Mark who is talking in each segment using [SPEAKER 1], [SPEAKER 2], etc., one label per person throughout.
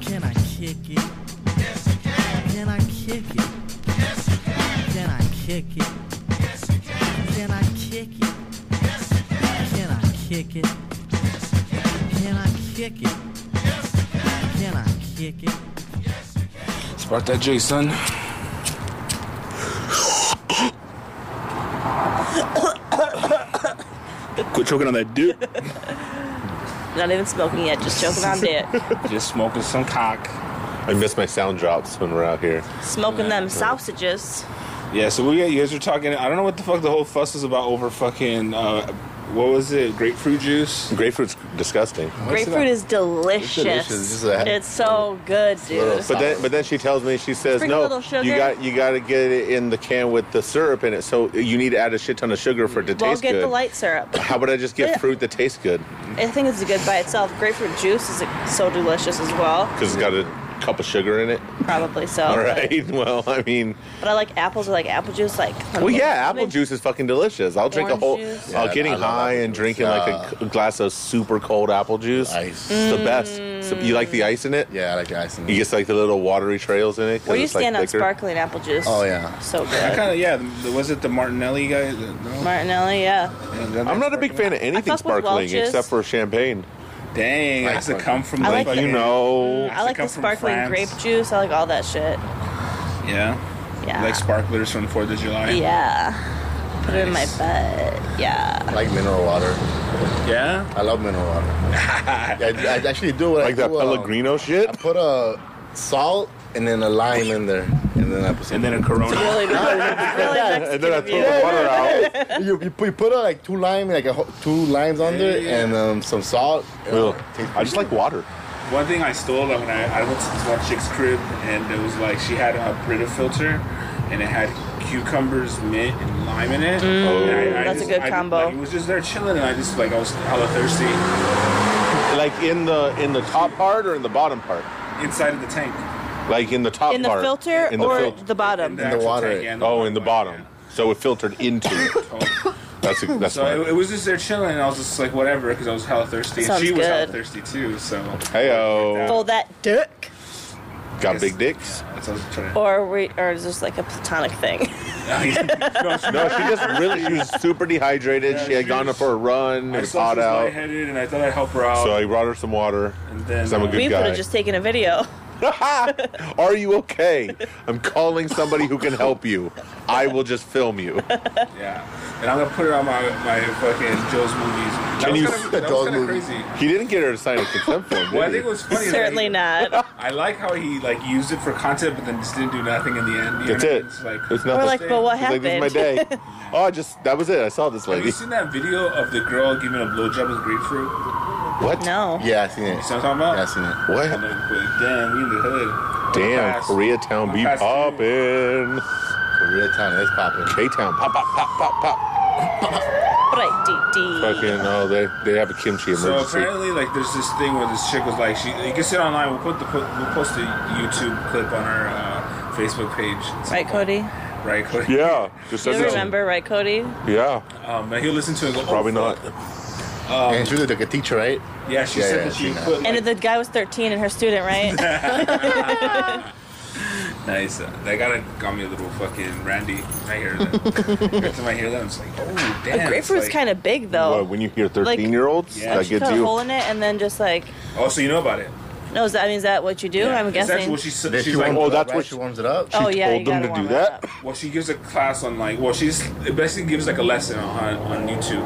[SPEAKER 1] Can I kick it? Can I kick it? Can I kick it? Can I kick it? Can I kick it? Can I kick it? Can I kick it?
[SPEAKER 2] Spark that J, son.
[SPEAKER 3] Quit choking on that dick.
[SPEAKER 4] Not even smoking yet, just choking on dick.
[SPEAKER 2] Just smoking some cock.
[SPEAKER 5] I miss my sound drops when we're out here.
[SPEAKER 4] Smoking them sausages.
[SPEAKER 2] Yeah, so we you guys were talking. I don't know what the fuck the whole fuss is about over fucking. Uh, what was it? Grapefruit juice.
[SPEAKER 5] Grapefruit's disgusting.
[SPEAKER 4] Grapefruit is delicious.
[SPEAKER 5] delicious. It's just a-
[SPEAKER 4] It's so good, dude.
[SPEAKER 5] But then, but then she tells me she says,
[SPEAKER 4] Sprinkle a
[SPEAKER 5] "No,
[SPEAKER 4] little sugar."
[SPEAKER 5] you got you got to get it in the can with the syrup in it. So you need to add a shit ton of sugar for it to
[SPEAKER 4] Well,
[SPEAKER 5] taste
[SPEAKER 4] get
[SPEAKER 5] good.
[SPEAKER 4] the light syrup.
[SPEAKER 5] How about I just get
[SPEAKER 4] Yeah.
[SPEAKER 5] fruit that tastes good?
[SPEAKER 4] I think it's good by itself. Grapefruit juice is so delicious as well.
[SPEAKER 5] Because it's got a cup of sugar in it.
[SPEAKER 4] Probably so.
[SPEAKER 5] All right. Well, I mean,
[SPEAKER 4] But I like apples. I like apple juice. Like
[SPEAKER 5] well, yeah, apple juice is fucking delicious. I'll drink a
[SPEAKER 4] Orange
[SPEAKER 5] whole.
[SPEAKER 4] juice.
[SPEAKER 5] Uh,
[SPEAKER 6] Yeah, I
[SPEAKER 5] getting
[SPEAKER 6] love
[SPEAKER 5] high
[SPEAKER 6] apple
[SPEAKER 5] and
[SPEAKER 6] juice.
[SPEAKER 5] drinking like a c- glass of super cold apple juice.
[SPEAKER 6] Ice.
[SPEAKER 5] It's the best. So you like the ice in it?
[SPEAKER 6] Yeah, I like the ice. in
[SPEAKER 5] You
[SPEAKER 6] it.
[SPEAKER 5] get like the little watery trails in it. 'cause
[SPEAKER 4] Where do you
[SPEAKER 5] it's, like,
[SPEAKER 4] stand on
[SPEAKER 5] thicker.
[SPEAKER 4] sparkling apple juice?
[SPEAKER 6] Oh, yeah.
[SPEAKER 4] so
[SPEAKER 2] I
[SPEAKER 4] good.
[SPEAKER 2] kind of yeah. The, was it the Martinelli guy? The- no?
[SPEAKER 4] Martinelli, yeah.
[SPEAKER 5] I'm not a big fan of anything
[SPEAKER 4] fuck with
[SPEAKER 5] sparkling
[SPEAKER 4] Welch's.
[SPEAKER 5] except for champagne.
[SPEAKER 2] Dang, I used to come from
[SPEAKER 4] I like
[SPEAKER 2] like
[SPEAKER 4] the-
[SPEAKER 5] Uh, You know,
[SPEAKER 4] I like
[SPEAKER 2] come
[SPEAKER 4] the
[SPEAKER 2] from
[SPEAKER 4] sparkling
[SPEAKER 2] France.
[SPEAKER 4] grape juice. I like all that shit.
[SPEAKER 2] Yeah,
[SPEAKER 4] Yeah.
[SPEAKER 2] like sparklers from Fourth of July.
[SPEAKER 4] yeah. Put it in my butt. Yeah.
[SPEAKER 6] I like mineral water.
[SPEAKER 2] yeah.
[SPEAKER 6] I love mineral water. I, I actually do what
[SPEAKER 5] like
[SPEAKER 6] I
[SPEAKER 5] that
[SPEAKER 6] do, um,
[SPEAKER 5] Pellegrino shit.
[SPEAKER 6] I put a salt and then a lime in there, and then I put some.
[SPEAKER 2] And then a Corona.
[SPEAKER 4] Really nice. really nice.
[SPEAKER 5] and then I throw the water out.
[SPEAKER 6] you, you, put- you put uh, like two lime, like a, ho- two limes on there,
[SPEAKER 2] Yeah.
[SPEAKER 6] and um, some salt. Uh,
[SPEAKER 5] Ugh.
[SPEAKER 6] Tastes
[SPEAKER 5] I just like water.
[SPEAKER 2] One thing I stole like, when I, I went to this one chick's crib, and it was like she had a Brita filter, and it had cucumbers, mint, and lime in
[SPEAKER 5] Mm.
[SPEAKER 2] it. Oh,
[SPEAKER 4] That's a good combo.
[SPEAKER 2] it was just there chilling, and I just like I was hella thirsty
[SPEAKER 5] Like in the in the top part or in the bottom part.
[SPEAKER 2] inside of the tank.
[SPEAKER 5] Like in the top
[SPEAKER 4] In the
[SPEAKER 5] part.
[SPEAKER 4] filter
[SPEAKER 5] In the
[SPEAKER 4] or
[SPEAKER 5] filter.
[SPEAKER 4] the bottom?
[SPEAKER 6] the
[SPEAKER 2] actual
[SPEAKER 6] water.
[SPEAKER 2] yeah,
[SPEAKER 5] Oh, in the bottom. So it filtered into. it.
[SPEAKER 2] yeah.
[SPEAKER 5] That's a, that's
[SPEAKER 2] So it,
[SPEAKER 5] smart.
[SPEAKER 2] it was just there chilling, and I was just like, whatever, because I was hella thirsty. and
[SPEAKER 4] Sounds
[SPEAKER 2] she was hella
[SPEAKER 4] good.
[SPEAKER 2] thirsty too, so
[SPEAKER 5] Heyo,
[SPEAKER 4] Fold that dick.
[SPEAKER 5] got big dicks.
[SPEAKER 2] that's what I was trying to.
[SPEAKER 4] Or we, or is this like a platonic thing?
[SPEAKER 2] no, she-
[SPEAKER 5] No, she just really she was super dehydrated.
[SPEAKER 2] Yeah,
[SPEAKER 5] she had
[SPEAKER 2] she
[SPEAKER 5] gone
[SPEAKER 2] was-
[SPEAKER 5] for a run. It
[SPEAKER 2] I
[SPEAKER 5] was
[SPEAKER 2] saw
[SPEAKER 5] hot
[SPEAKER 2] she was
[SPEAKER 5] out.
[SPEAKER 2] lightheaded, and I thought I'd help her out.
[SPEAKER 5] So I brought her some water.
[SPEAKER 2] and then
[SPEAKER 5] 'cause I'm
[SPEAKER 2] uh,
[SPEAKER 5] a Good
[SPEAKER 4] we would
[SPEAKER 5] guy.
[SPEAKER 4] have just taken a video.
[SPEAKER 5] Are you okay? I'm calling somebody who can help you. I will just film you.
[SPEAKER 2] Yeah, and I'm gonna put it on my my fucking Joe's movies. That
[SPEAKER 5] Can
[SPEAKER 2] was
[SPEAKER 5] you-
[SPEAKER 2] kinda, that
[SPEAKER 6] Joe's
[SPEAKER 2] was kinda
[SPEAKER 6] movies.
[SPEAKER 2] crazy.
[SPEAKER 5] He didn't get her to sign a consent form.
[SPEAKER 2] Well, I
[SPEAKER 5] did
[SPEAKER 2] think it
[SPEAKER 5] he?
[SPEAKER 2] was funny. that
[SPEAKER 4] Certainly
[SPEAKER 2] he-
[SPEAKER 4] not.
[SPEAKER 2] I like how he like used it for content, but then just didn't do nothing in the end. you
[SPEAKER 5] That's
[SPEAKER 2] know?
[SPEAKER 5] it.
[SPEAKER 2] It's like.
[SPEAKER 5] It's
[SPEAKER 4] We're
[SPEAKER 5] nothing.
[SPEAKER 4] like, but what
[SPEAKER 5] It's like,
[SPEAKER 4] happened?
[SPEAKER 5] this is my day. Oh, I just that was it. I saw this
[SPEAKER 2] have you
[SPEAKER 5] lady.
[SPEAKER 2] seen that video of the girl giving a blowjob with grapefruit? You
[SPEAKER 5] What?
[SPEAKER 4] No.
[SPEAKER 6] Yeah, I seen it.
[SPEAKER 2] see what I'm talking about?
[SPEAKER 6] Yeah, I seen it.
[SPEAKER 2] I'm
[SPEAKER 5] What?
[SPEAKER 2] like, wait, damn, we in the hood.
[SPEAKER 5] Damn,
[SPEAKER 2] Past-
[SPEAKER 5] Koreatown be
[SPEAKER 2] past you.
[SPEAKER 5] poppin'.
[SPEAKER 6] Korea time, that's popping.
[SPEAKER 5] K Town, pop, pop, pop, pop, pop.
[SPEAKER 4] Right, dee dee.
[SPEAKER 5] Fucking oh, they they have a kimchi
[SPEAKER 2] So
[SPEAKER 5] emergency.
[SPEAKER 2] apparently, like, there's this thing where this chick was like, she. You can see it online. We'll put the we'll post a YouTube clip on our uh, Facebook page.
[SPEAKER 4] Right, Cody.
[SPEAKER 2] Right, Cody?
[SPEAKER 5] yeah, just
[SPEAKER 4] You
[SPEAKER 5] send it to-
[SPEAKER 4] remember, right, Cody?
[SPEAKER 5] Yeah,
[SPEAKER 2] Um, and he'll listen to it. And go, oh,
[SPEAKER 5] probably
[SPEAKER 2] fuck.
[SPEAKER 5] not.
[SPEAKER 6] and she was like a teacher, right?
[SPEAKER 2] Yeah, she
[SPEAKER 6] Yeah,
[SPEAKER 2] said
[SPEAKER 6] yeah,
[SPEAKER 2] that
[SPEAKER 6] I've
[SPEAKER 2] she
[SPEAKER 6] seen that.
[SPEAKER 2] put. Like,
[SPEAKER 4] And the guy was 13 and her student, right?
[SPEAKER 2] nice. Uh, that got got me a little fucking Randy. I hear that. Every time I hear that, I'm just like, oh damn.
[SPEAKER 4] a grapefruit's kind of big though.
[SPEAKER 5] What, when you hear thirteen year olds,
[SPEAKER 2] Yeah.
[SPEAKER 5] that
[SPEAKER 4] she
[SPEAKER 5] gets
[SPEAKER 4] put a
[SPEAKER 5] you.
[SPEAKER 4] hole in it and then just like,
[SPEAKER 2] of. Oh, so you know about it?
[SPEAKER 4] no, is that I mean, is that what you do?
[SPEAKER 2] Yeah.
[SPEAKER 4] I'm
[SPEAKER 2] It's actually
[SPEAKER 4] guessing.
[SPEAKER 2] what she s-
[SPEAKER 6] Then
[SPEAKER 2] she's,
[SPEAKER 6] she
[SPEAKER 2] like,
[SPEAKER 6] warms
[SPEAKER 5] oh,
[SPEAKER 6] it
[SPEAKER 5] that's
[SPEAKER 6] up, right?
[SPEAKER 5] what
[SPEAKER 6] she warms it up.
[SPEAKER 4] oh yeah,
[SPEAKER 5] told
[SPEAKER 4] you
[SPEAKER 5] them
[SPEAKER 4] gotta
[SPEAKER 5] to do
[SPEAKER 4] warm it
[SPEAKER 5] that?
[SPEAKER 4] up.
[SPEAKER 2] well, she gives a class on like, well, she's it basically gives like a lesson on on YouTube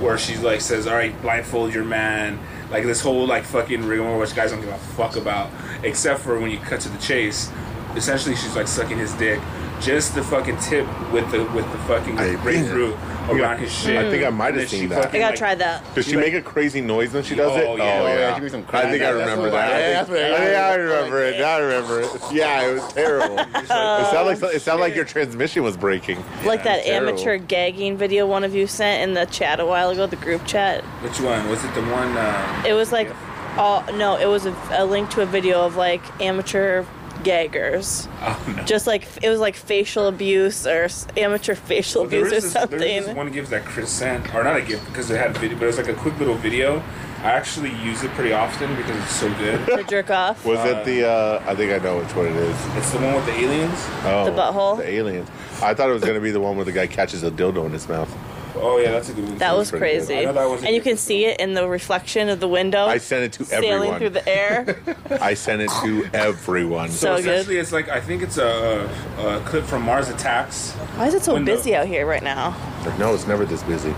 [SPEAKER 2] where she like says, all right, blindfold your man. Like this whole like fucking rigmarole which guys don't give a fuck about, except for when you cut to the chase. Essentially, she's like sucking his dick, just the fucking tip with the with the fucking
[SPEAKER 5] I-
[SPEAKER 2] grapefruit around his shit.
[SPEAKER 5] I think I might
[SPEAKER 2] And then
[SPEAKER 5] have
[SPEAKER 2] she
[SPEAKER 5] seen that.
[SPEAKER 4] I
[SPEAKER 2] fucking,
[SPEAKER 4] gotta
[SPEAKER 2] like,
[SPEAKER 4] try that.
[SPEAKER 5] Does she make a crazy noise when she does
[SPEAKER 2] Oh,
[SPEAKER 5] it?
[SPEAKER 2] yeah. Oh,
[SPEAKER 6] yeah, she makes some
[SPEAKER 5] I think I
[SPEAKER 6] crazy-
[SPEAKER 5] remember that.
[SPEAKER 6] that's what-
[SPEAKER 5] I
[SPEAKER 6] yeah,
[SPEAKER 5] think-
[SPEAKER 6] that's what-
[SPEAKER 5] I think I remember it. Now I remember it. Yeah, it was terrible. it sounded like it sounded like your transmission was breaking.
[SPEAKER 4] like that
[SPEAKER 5] terrible.
[SPEAKER 4] amateur gagging video one of you sent in the chat a while ago, the group chat.
[SPEAKER 2] Which one? Was it the one? Uh,
[SPEAKER 4] It was like, oh no, it was a, a link to a video of like amateur gaggers.
[SPEAKER 2] Oh, no.
[SPEAKER 4] Just like it was like facial abuse or s- amateur facial
[SPEAKER 2] Well, Oh, there
[SPEAKER 4] abuse or
[SPEAKER 2] was this, there was
[SPEAKER 4] something.
[SPEAKER 2] this one gift that Chris sent, or not a gift because it had a video, but it was like a quick little video. I actually use it pretty often because it's so good.
[SPEAKER 4] The jerk off.
[SPEAKER 5] Was it the? Uh, I think I know which one it is.
[SPEAKER 2] It's the one with the aliens.
[SPEAKER 5] Oh,
[SPEAKER 4] The butthole?
[SPEAKER 5] The aliens. I thought it was gonna be the one where the guy catches a dildo in his mouth.
[SPEAKER 2] Oh yeah, that's a good one.
[SPEAKER 4] That
[SPEAKER 2] too.
[SPEAKER 4] was
[SPEAKER 5] pretty good.
[SPEAKER 4] crazy.
[SPEAKER 2] I know that was a
[SPEAKER 4] and you
[SPEAKER 2] good-
[SPEAKER 4] can see it in the reflection of the window.
[SPEAKER 5] I sent it to
[SPEAKER 4] sailing
[SPEAKER 5] everyone.
[SPEAKER 4] through the air.
[SPEAKER 5] I sent it to everyone.
[SPEAKER 4] So
[SPEAKER 2] So
[SPEAKER 4] good.
[SPEAKER 2] essentially, it's like I think it's a, a clip from Mars Attacks.
[SPEAKER 4] Why is it so
[SPEAKER 2] Window.
[SPEAKER 4] busy out here right now?
[SPEAKER 5] But no, it's never this busy.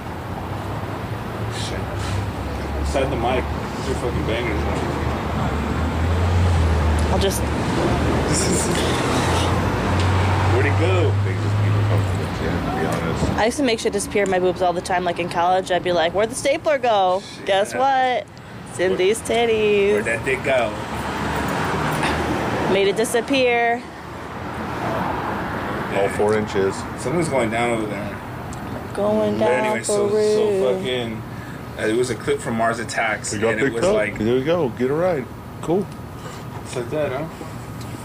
[SPEAKER 2] Shit. Inside the mic, these are fucking bangers.
[SPEAKER 4] I'll just
[SPEAKER 2] Where'd it go?
[SPEAKER 5] They just be uncomfortable, yeah, to be honest.
[SPEAKER 4] I used to make shit disappear in my boobs all the time. Like in college, I'd be like, "Where'd the stapler go? Guess what? It's in these
[SPEAKER 2] Where'd
[SPEAKER 4] titties.
[SPEAKER 2] that dick go?
[SPEAKER 4] Made it disappear.
[SPEAKER 5] All four inches.
[SPEAKER 2] Something's going down over there.
[SPEAKER 4] Going down
[SPEAKER 2] But anyway,
[SPEAKER 4] for
[SPEAKER 2] so,
[SPEAKER 4] real.
[SPEAKER 2] so fucking. uh, It was a clip from Mars Attacks,
[SPEAKER 5] We
[SPEAKER 2] and
[SPEAKER 5] got
[SPEAKER 2] it
[SPEAKER 5] picked
[SPEAKER 2] was
[SPEAKER 5] up.
[SPEAKER 2] like
[SPEAKER 5] there we go. Get it right. Cool.
[SPEAKER 2] it's like that, huh?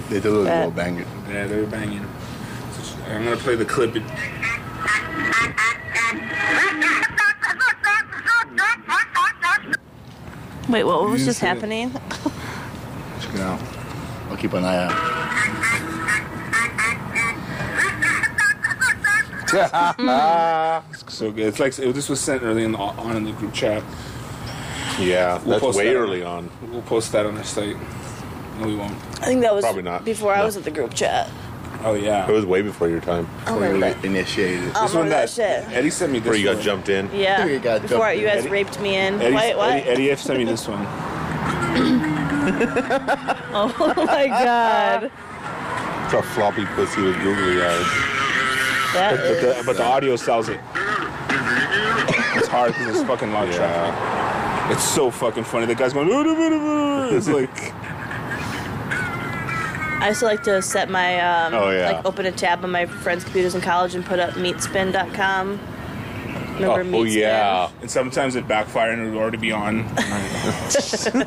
[SPEAKER 6] They do a
[SPEAKER 4] That-
[SPEAKER 6] little banger.
[SPEAKER 2] Yeah, they were banging. So, I'm gonna play the clip. It,
[SPEAKER 4] Wait, what was
[SPEAKER 2] You
[SPEAKER 4] just
[SPEAKER 2] said-
[SPEAKER 4] happening?
[SPEAKER 6] Check it out. I'll keep an eye out.
[SPEAKER 2] so good. It's like it, this was sent early in the, on in the group chat.
[SPEAKER 5] Yeah,
[SPEAKER 2] We'll
[SPEAKER 5] that's
[SPEAKER 2] post
[SPEAKER 5] way
[SPEAKER 2] that.
[SPEAKER 5] early on.
[SPEAKER 2] We'll post that on our site. No, we won't.
[SPEAKER 4] I think that was
[SPEAKER 5] Probably not.
[SPEAKER 4] before I
[SPEAKER 5] No.
[SPEAKER 4] was at the group chat.
[SPEAKER 2] Oh yeah.
[SPEAKER 5] It was way before your time.
[SPEAKER 4] Oh
[SPEAKER 6] Before
[SPEAKER 4] my
[SPEAKER 6] you
[SPEAKER 4] god.
[SPEAKER 6] got initiated.
[SPEAKER 4] Oh.
[SPEAKER 2] This one
[SPEAKER 4] remember
[SPEAKER 2] that,
[SPEAKER 4] that shit.
[SPEAKER 2] Eddie sent me this
[SPEAKER 5] Where you got
[SPEAKER 2] one.
[SPEAKER 5] jumped in.
[SPEAKER 4] Yeah,
[SPEAKER 6] You got
[SPEAKER 4] before
[SPEAKER 6] dumped
[SPEAKER 4] you guys
[SPEAKER 6] in.
[SPEAKER 4] raped me in.
[SPEAKER 2] Eddie's-
[SPEAKER 4] Wait, what?
[SPEAKER 2] Eddie, Eddie F sent me this one.
[SPEAKER 4] Oh my god,
[SPEAKER 5] It's a floppy pussy with googly eyes.
[SPEAKER 4] that
[SPEAKER 2] But
[SPEAKER 4] is.
[SPEAKER 2] the, but the audio sells it. It's hard because it's fucking loud traffic. It's so fucking funny. The guy's going. "Ooh, doo, doo, doo, doo." It's like
[SPEAKER 4] I used to like to set my um,
[SPEAKER 5] Oh, yeah.
[SPEAKER 4] like open a tab on my friends' computers in college and put up meatspin.com. Remember
[SPEAKER 5] Oh, oh,
[SPEAKER 4] meatspin?
[SPEAKER 5] yeah.
[SPEAKER 2] and sometimes it backfire and it would already be on. Oh.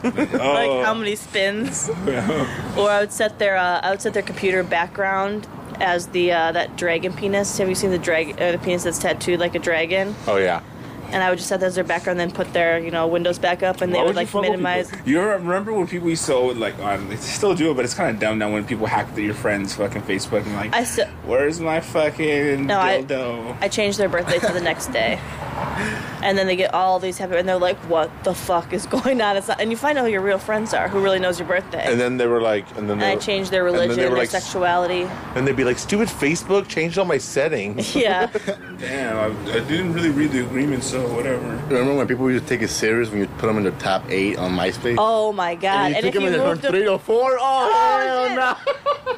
[SPEAKER 4] like how many spins. or I would set their uh, I would set their computer background as the uh, that dragon penis. Have you seen the dragon uh, the penis that's tattooed like a dragon?
[SPEAKER 5] Oh yeah.
[SPEAKER 4] And I would just set that as their background, then put their you know windows back up, and they
[SPEAKER 2] Why
[SPEAKER 4] would,
[SPEAKER 2] would you
[SPEAKER 4] like
[SPEAKER 2] fuck with
[SPEAKER 4] minimize.
[SPEAKER 2] people? You remember when people used to always, like on? They still do it, but it's kind of dumb now when people hack the, your friends' fucking Facebook and like,
[SPEAKER 4] I still
[SPEAKER 2] "Where's my fucking
[SPEAKER 4] No, I-
[SPEAKER 2] dildo?"
[SPEAKER 4] I changed their birthday to the next day. And then they get all these happy, and they're like, "What the fuck is going on?" It's not, and you find out who your real friends are, who really knows your birthday.
[SPEAKER 5] And then they were like, and then
[SPEAKER 4] And
[SPEAKER 5] they
[SPEAKER 4] I
[SPEAKER 5] were-
[SPEAKER 4] changed their
[SPEAKER 5] and then
[SPEAKER 4] religion,
[SPEAKER 5] they were
[SPEAKER 4] their
[SPEAKER 5] like,
[SPEAKER 4] sexuality.
[SPEAKER 5] and they'd be like, "Stupid Facebook changed all my settings."
[SPEAKER 4] Yeah,
[SPEAKER 2] Damn, I, I didn't really read the agreement, so whatever.
[SPEAKER 6] Remember when people used to take it serious when you put them in the top eight on MySpace?
[SPEAKER 4] Oh my god!
[SPEAKER 6] And
[SPEAKER 4] And,
[SPEAKER 6] you took
[SPEAKER 4] if
[SPEAKER 6] them
[SPEAKER 4] you
[SPEAKER 6] in the
[SPEAKER 4] moved
[SPEAKER 6] top
[SPEAKER 4] them,
[SPEAKER 6] three or four?
[SPEAKER 4] Oh,
[SPEAKER 6] Oh,
[SPEAKER 4] shit.
[SPEAKER 6] hell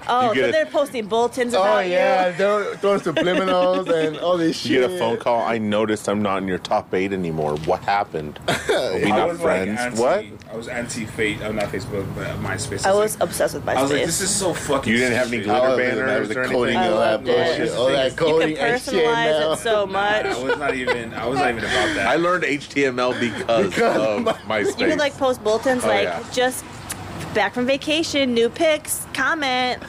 [SPEAKER 6] no.
[SPEAKER 4] oh,
[SPEAKER 5] get
[SPEAKER 4] so
[SPEAKER 5] a-
[SPEAKER 4] they're posting bulletins about
[SPEAKER 6] Oh, yeah.
[SPEAKER 4] you.
[SPEAKER 6] They're throwing subliminals and all this shit.
[SPEAKER 5] You get a phone call. I noticed I'm not in your top eight anymore. What happened? Are we
[SPEAKER 2] I
[SPEAKER 5] not
[SPEAKER 2] was
[SPEAKER 5] friends?
[SPEAKER 2] Like anti,
[SPEAKER 5] what?
[SPEAKER 2] I was anti fate. Oh, not Facebook, but MySpace.
[SPEAKER 4] I
[SPEAKER 2] It's
[SPEAKER 4] was
[SPEAKER 2] like-
[SPEAKER 4] obsessed with
[SPEAKER 2] I was like,
[SPEAKER 4] MySpace.
[SPEAKER 2] this is so fucking.
[SPEAKER 5] You didn't have any
[SPEAKER 2] stupid.
[SPEAKER 5] glitter
[SPEAKER 6] Oh,
[SPEAKER 5] banners
[SPEAKER 6] the
[SPEAKER 5] or anything?
[SPEAKER 6] coding and all
[SPEAKER 4] I
[SPEAKER 6] that
[SPEAKER 4] loved it.
[SPEAKER 6] bullshit. All that
[SPEAKER 4] you
[SPEAKER 6] coding
[SPEAKER 4] can
[SPEAKER 6] and shit.
[SPEAKER 4] personalize
[SPEAKER 6] now.
[SPEAKER 4] it so much.
[SPEAKER 2] I was not even. I was not even about that.
[SPEAKER 5] I learned HTML because, of MySpace.
[SPEAKER 4] You could like post bulletins
[SPEAKER 5] Oh,
[SPEAKER 4] like
[SPEAKER 5] yeah.
[SPEAKER 4] just back from vacation, new pics, comment,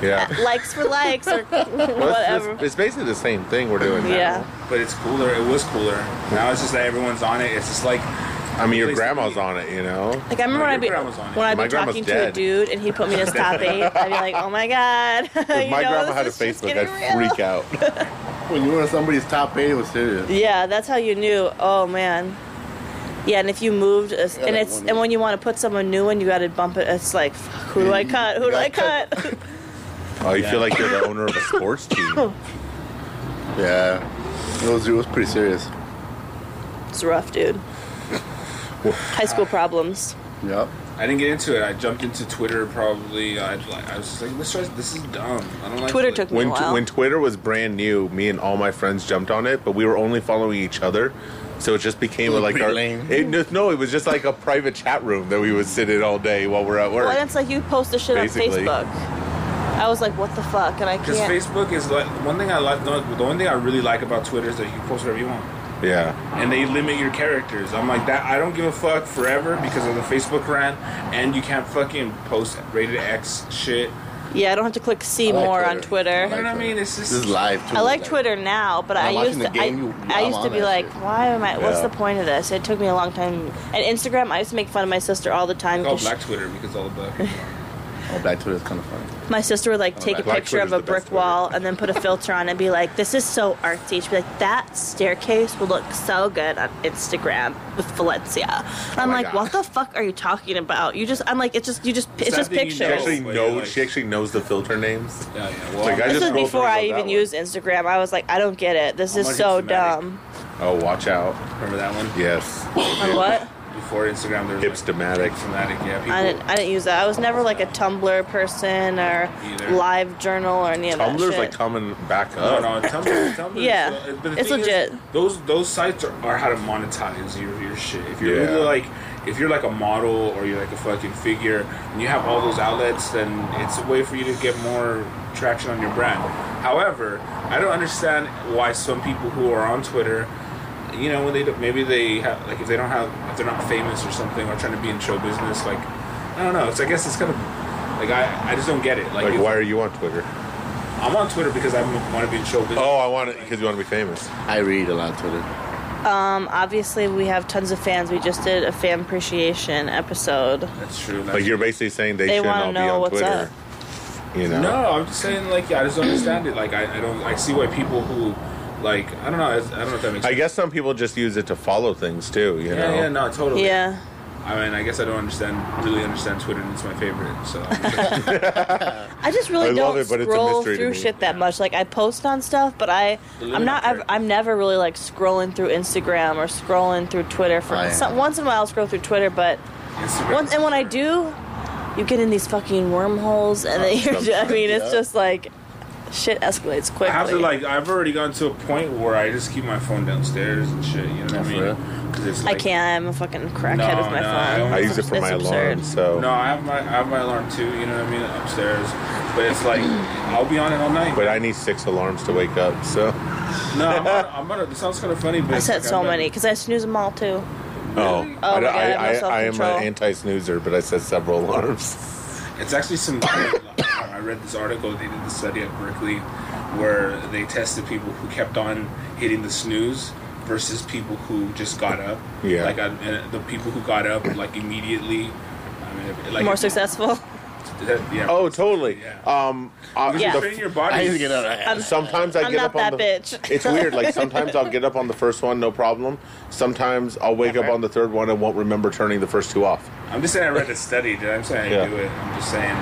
[SPEAKER 5] yeah.
[SPEAKER 4] likes for likes or
[SPEAKER 5] Well, it's-
[SPEAKER 4] uh, whatever.
[SPEAKER 5] It's, it's basically the same thing we're doing. now.
[SPEAKER 4] yeah,
[SPEAKER 2] but it's cooler. It was cooler. Now it's just that everyone's on it. It's just like.
[SPEAKER 5] I mean, your
[SPEAKER 2] Place to
[SPEAKER 5] grandma's
[SPEAKER 2] be.
[SPEAKER 5] on it. You know.
[SPEAKER 4] like I remember when
[SPEAKER 2] My
[SPEAKER 4] I'd be
[SPEAKER 2] grandma's on it.
[SPEAKER 4] when I'd
[SPEAKER 5] My
[SPEAKER 4] be
[SPEAKER 5] grandma's
[SPEAKER 4] talking to a
[SPEAKER 5] dead.
[SPEAKER 4] dude and he put me in his top eight. I'd be like, oh my god.
[SPEAKER 5] If
[SPEAKER 4] You
[SPEAKER 5] my
[SPEAKER 4] know,
[SPEAKER 5] grandma
[SPEAKER 4] this
[SPEAKER 5] had a
[SPEAKER 4] is just
[SPEAKER 5] Facebook,
[SPEAKER 4] getting
[SPEAKER 5] I'd
[SPEAKER 4] real.
[SPEAKER 5] freak out.
[SPEAKER 6] When you were in somebody's top eight, it was serious.
[SPEAKER 4] Yeah, that's how you knew. Oh man. Yeah, and if you moved, a,
[SPEAKER 6] like
[SPEAKER 4] and it's
[SPEAKER 6] one
[SPEAKER 4] and when you want to put someone new in, you got to bump it. It's like, fuck, who do I cut? Who do I cut?
[SPEAKER 5] Oh, you feel like you're the owner of a sports team.
[SPEAKER 6] Yeah. It was, it was pretty serious.
[SPEAKER 4] it's rough, dude. High school
[SPEAKER 5] uh,
[SPEAKER 4] problems.
[SPEAKER 6] Yep.
[SPEAKER 2] I didn't get into it. I jumped into Twitter probably. uh, I like. I was just like, this. is- This is dumb. I don't like.
[SPEAKER 4] Twitter
[SPEAKER 2] like-
[SPEAKER 4] took me a
[SPEAKER 5] When
[SPEAKER 4] while.
[SPEAKER 5] when Twitter was brand new, me and all my friends jumped on it, but we were only following each other. So it just became a, like
[SPEAKER 6] Pretty
[SPEAKER 5] our
[SPEAKER 6] lame.
[SPEAKER 5] it, no- no, it was just like a private chat room that we would sit in all day while we're at work.
[SPEAKER 4] well, and it's like you post the shit
[SPEAKER 5] Basically.
[SPEAKER 4] on Facebook. I was like, what the fuck, and I
[SPEAKER 2] Because
[SPEAKER 4] can't.
[SPEAKER 2] Facebook is like one thing I like. No, the one thing I really like about Twitter is that you can post whatever you want.
[SPEAKER 5] Yeah.
[SPEAKER 2] and they limit your characters. I'm like that. I don't give a fuck forever because of the Facebook rant, and you can't fucking post rated X shit.
[SPEAKER 4] Yeah, I don't have to click see
[SPEAKER 6] I like
[SPEAKER 4] more on
[SPEAKER 6] Twitter.
[SPEAKER 4] Twitter.
[SPEAKER 2] You know what I mean? It's
[SPEAKER 6] This
[SPEAKER 2] just
[SPEAKER 6] is live. Too,
[SPEAKER 4] I like Twitter now, but
[SPEAKER 6] I'm
[SPEAKER 4] I
[SPEAKER 6] watching
[SPEAKER 4] used
[SPEAKER 6] the
[SPEAKER 4] to
[SPEAKER 6] game, you-
[SPEAKER 4] I, I
[SPEAKER 6] I'm
[SPEAKER 4] used to
[SPEAKER 6] on
[SPEAKER 4] be
[SPEAKER 6] that
[SPEAKER 4] like,
[SPEAKER 6] shit.
[SPEAKER 4] why am I? What's
[SPEAKER 5] Yeah.
[SPEAKER 4] the point of this? It took me a long time. And Instagram, I used to make fun of my sister all the time.
[SPEAKER 2] called
[SPEAKER 4] 'cause
[SPEAKER 2] Black Twitter because all the black.
[SPEAKER 6] Oh, Black Twitter is kind of funny.
[SPEAKER 4] she- my sister would like take a
[SPEAKER 5] Oh, Black
[SPEAKER 4] picture of
[SPEAKER 5] Twitter's
[SPEAKER 4] a
[SPEAKER 5] the
[SPEAKER 4] brick
[SPEAKER 5] best
[SPEAKER 4] wall and then put a filter on and be like, "This is so artsy." She'd be like, "That staircase will look so good on Instagram with Valencia." I'm
[SPEAKER 5] Oh
[SPEAKER 6] my
[SPEAKER 4] like,
[SPEAKER 6] God.
[SPEAKER 4] "What the fuck are you talking about?" You just, I'm like, it's just, you just, it's just
[SPEAKER 2] that thing you
[SPEAKER 4] pictures.
[SPEAKER 2] know.
[SPEAKER 5] She actually
[SPEAKER 2] Wait,
[SPEAKER 5] knows.
[SPEAKER 2] like-
[SPEAKER 5] she actually knows the filter names.
[SPEAKER 2] Yeah, yeah. Well,
[SPEAKER 5] Like, I
[SPEAKER 4] This
[SPEAKER 5] just
[SPEAKER 4] was
[SPEAKER 5] scrolled
[SPEAKER 4] before
[SPEAKER 5] through
[SPEAKER 4] I
[SPEAKER 5] that
[SPEAKER 4] even
[SPEAKER 5] one.
[SPEAKER 4] used Instagram. I was like, I don't get it. This
[SPEAKER 2] much
[SPEAKER 4] is so
[SPEAKER 2] Instamatic?
[SPEAKER 4] dumb.
[SPEAKER 5] Oh, watch out!
[SPEAKER 2] remember that one?
[SPEAKER 5] Yes,
[SPEAKER 4] On what?
[SPEAKER 2] Before Instagram, there was
[SPEAKER 5] hipstomatic.
[SPEAKER 2] Hipstomatic, yeah. People,
[SPEAKER 4] I didn't, I didn't use that. I was never like a Tumblr person or
[SPEAKER 2] Either.
[SPEAKER 4] live journal or any of that
[SPEAKER 5] Tumblr's
[SPEAKER 4] shit.
[SPEAKER 5] like coming back
[SPEAKER 2] No,
[SPEAKER 5] up.
[SPEAKER 2] no, Tumblr, Tumblr. is-
[SPEAKER 4] Yeah,
[SPEAKER 2] but the
[SPEAKER 4] it's
[SPEAKER 2] thing is,
[SPEAKER 4] legit.
[SPEAKER 2] those those sites are, are how to monetize your, your shit. If you're
[SPEAKER 5] Yeah.
[SPEAKER 2] really like, if you're like a model or you're like a fucking figure, and you have all those outlets, then it's a way for you to get more traction on your brand. However, I don't understand why some people who are on Twitter. You know, when they don't- maybe they have like if they don't have if they're not famous or something or trying to be in show business, like I don't know. It's I guess it's kind of like I, I just don't get it. Like,
[SPEAKER 5] Like,
[SPEAKER 2] if-
[SPEAKER 5] why are you on Twitter?
[SPEAKER 2] I'm on Twitter because I want to be in show business.
[SPEAKER 5] Oh, I want it because you want to be famous.
[SPEAKER 6] I read a lot of Twitter.
[SPEAKER 4] um, obviously, we have tons of fans. We just did a fan appreciation episode.
[SPEAKER 2] That's true. That's
[SPEAKER 5] Like you're basically saying they,
[SPEAKER 4] They
[SPEAKER 5] shouldn't
[SPEAKER 4] wanna
[SPEAKER 5] all be
[SPEAKER 4] know
[SPEAKER 5] on
[SPEAKER 4] what's
[SPEAKER 5] Twitter. You know?
[SPEAKER 2] No, I'm just saying, like, yeah, I just don't understand it. Like, I, I don't, I see why people who, like, I don't know, I, I don't know if that makes
[SPEAKER 5] I
[SPEAKER 2] sense.
[SPEAKER 5] guess some people just use it to follow things too. You
[SPEAKER 2] yeah,
[SPEAKER 5] know?
[SPEAKER 2] yeah, no, totally.
[SPEAKER 4] Yeah.
[SPEAKER 2] I mean, I guess I don't understand, really understand Twitter, and it's my favorite. So,
[SPEAKER 4] I just really
[SPEAKER 5] I love
[SPEAKER 4] don't
[SPEAKER 5] it, but it's a
[SPEAKER 4] scroll
[SPEAKER 5] mystery to
[SPEAKER 4] through
[SPEAKER 5] me.
[SPEAKER 4] shit that much. Like I post on stuff, but I
[SPEAKER 2] The
[SPEAKER 4] I'm not
[SPEAKER 2] limit
[SPEAKER 4] ever,
[SPEAKER 2] of
[SPEAKER 4] I'm never really like scrolling through Instagram or scrolling through Twitter for
[SPEAKER 6] I am.
[SPEAKER 4] some, once in a while I'll scroll through Twitter, but
[SPEAKER 2] Instagram.
[SPEAKER 4] once and when I do, you get in these fucking wormholes and then you're just, I mean, it's
[SPEAKER 6] yeah.
[SPEAKER 4] just like shit escalates quickly.
[SPEAKER 2] I have to like, I've already gotten to a point where I just keep my phone downstairs and shit. You know what I
[SPEAKER 6] for
[SPEAKER 2] mean?
[SPEAKER 6] real?
[SPEAKER 2] 'Cause it's
[SPEAKER 4] I
[SPEAKER 2] like-
[SPEAKER 4] can't. I'm a fucking crackhead
[SPEAKER 2] No,
[SPEAKER 4] with my
[SPEAKER 2] no, I
[SPEAKER 4] phone.
[SPEAKER 2] don't-
[SPEAKER 5] I use it for
[SPEAKER 4] It's
[SPEAKER 5] my
[SPEAKER 4] absurd.
[SPEAKER 5] alarm. So,
[SPEAKER 2] No, I have my, I have my alarm too. You know what I mean? Upstairs, but it's like, I'll be on it all night.
[SPEAKER 5] but I need six alarms to wake up. So,
[SPEAKER 2] no, I'm on, I'm on it. This sounds kind of funny, but
[SPEAKER 4] I
[SPEAKER 2] it's
[SPEAKER 4] set
[SPEAKER 2] like,
[SPEAKER 4] so
[SPEAKER 2] I'm
[SPEAKER 4] many
[SPEAKER 2] like-
[SPEAKER 4] because I snooze them all too.
[SPEAKER 5] oh,
[SPEAKER 4] Oh my
[SPEAKER 5] I,
[SPEAKER 4] God, I
[SPEAKER 5] I,
[SPEAKER 4] have no
[SPEAKER 5] I, I am
[SPEAKER 4] self-control.
[SPEAKER 5] an anti-snoozer, but I set several alarms.
[SPEAKER 2] It's actually some. I read this article. They did the study at Berkeley where they tested people who kept on hitting the snooze versus people who just got up.
[SPEAKER 5] Yeah.
[SPEAKER 2] Like I, and uh, the people who got up like immediately. I mean, like
[SPEAKER 4] More successful.
[SPEAKER 2] that- yeah.
[SPEAKER 5] Oh, totally.
[SPEAKER 2] Yeah.
[SPEAKER 5] Um, uh,
[SPEAKER 2] Because
[SPEAKER 4] Yeah.
[SPEAKER 5] the
[SPEAKER 2] you're training your body.
[SPEAKER 6] I need to get out of that.
[SPEAKER 5] Sometimes I
[SPEAKER 4] I'm
[SPEAKER 5] get
[SPEAKER 4] not
[SPEAKER 5] up on
[SPEAKER 4] that
[SPEAKER 5] the.
[SPEAKER 4] bitch.
[SPEAKER 5] It's weird. Like sometimes I'll get up on the first one, no problem. Sometimes I'll wake up on the third one and won't remember turning the first two off.
[SPEAKER 2] I'm just saying I read the study, dude. I'm saying I
[SPEAKER 5] Yeah.
[SPEAKER 2] do it. I'm just saying.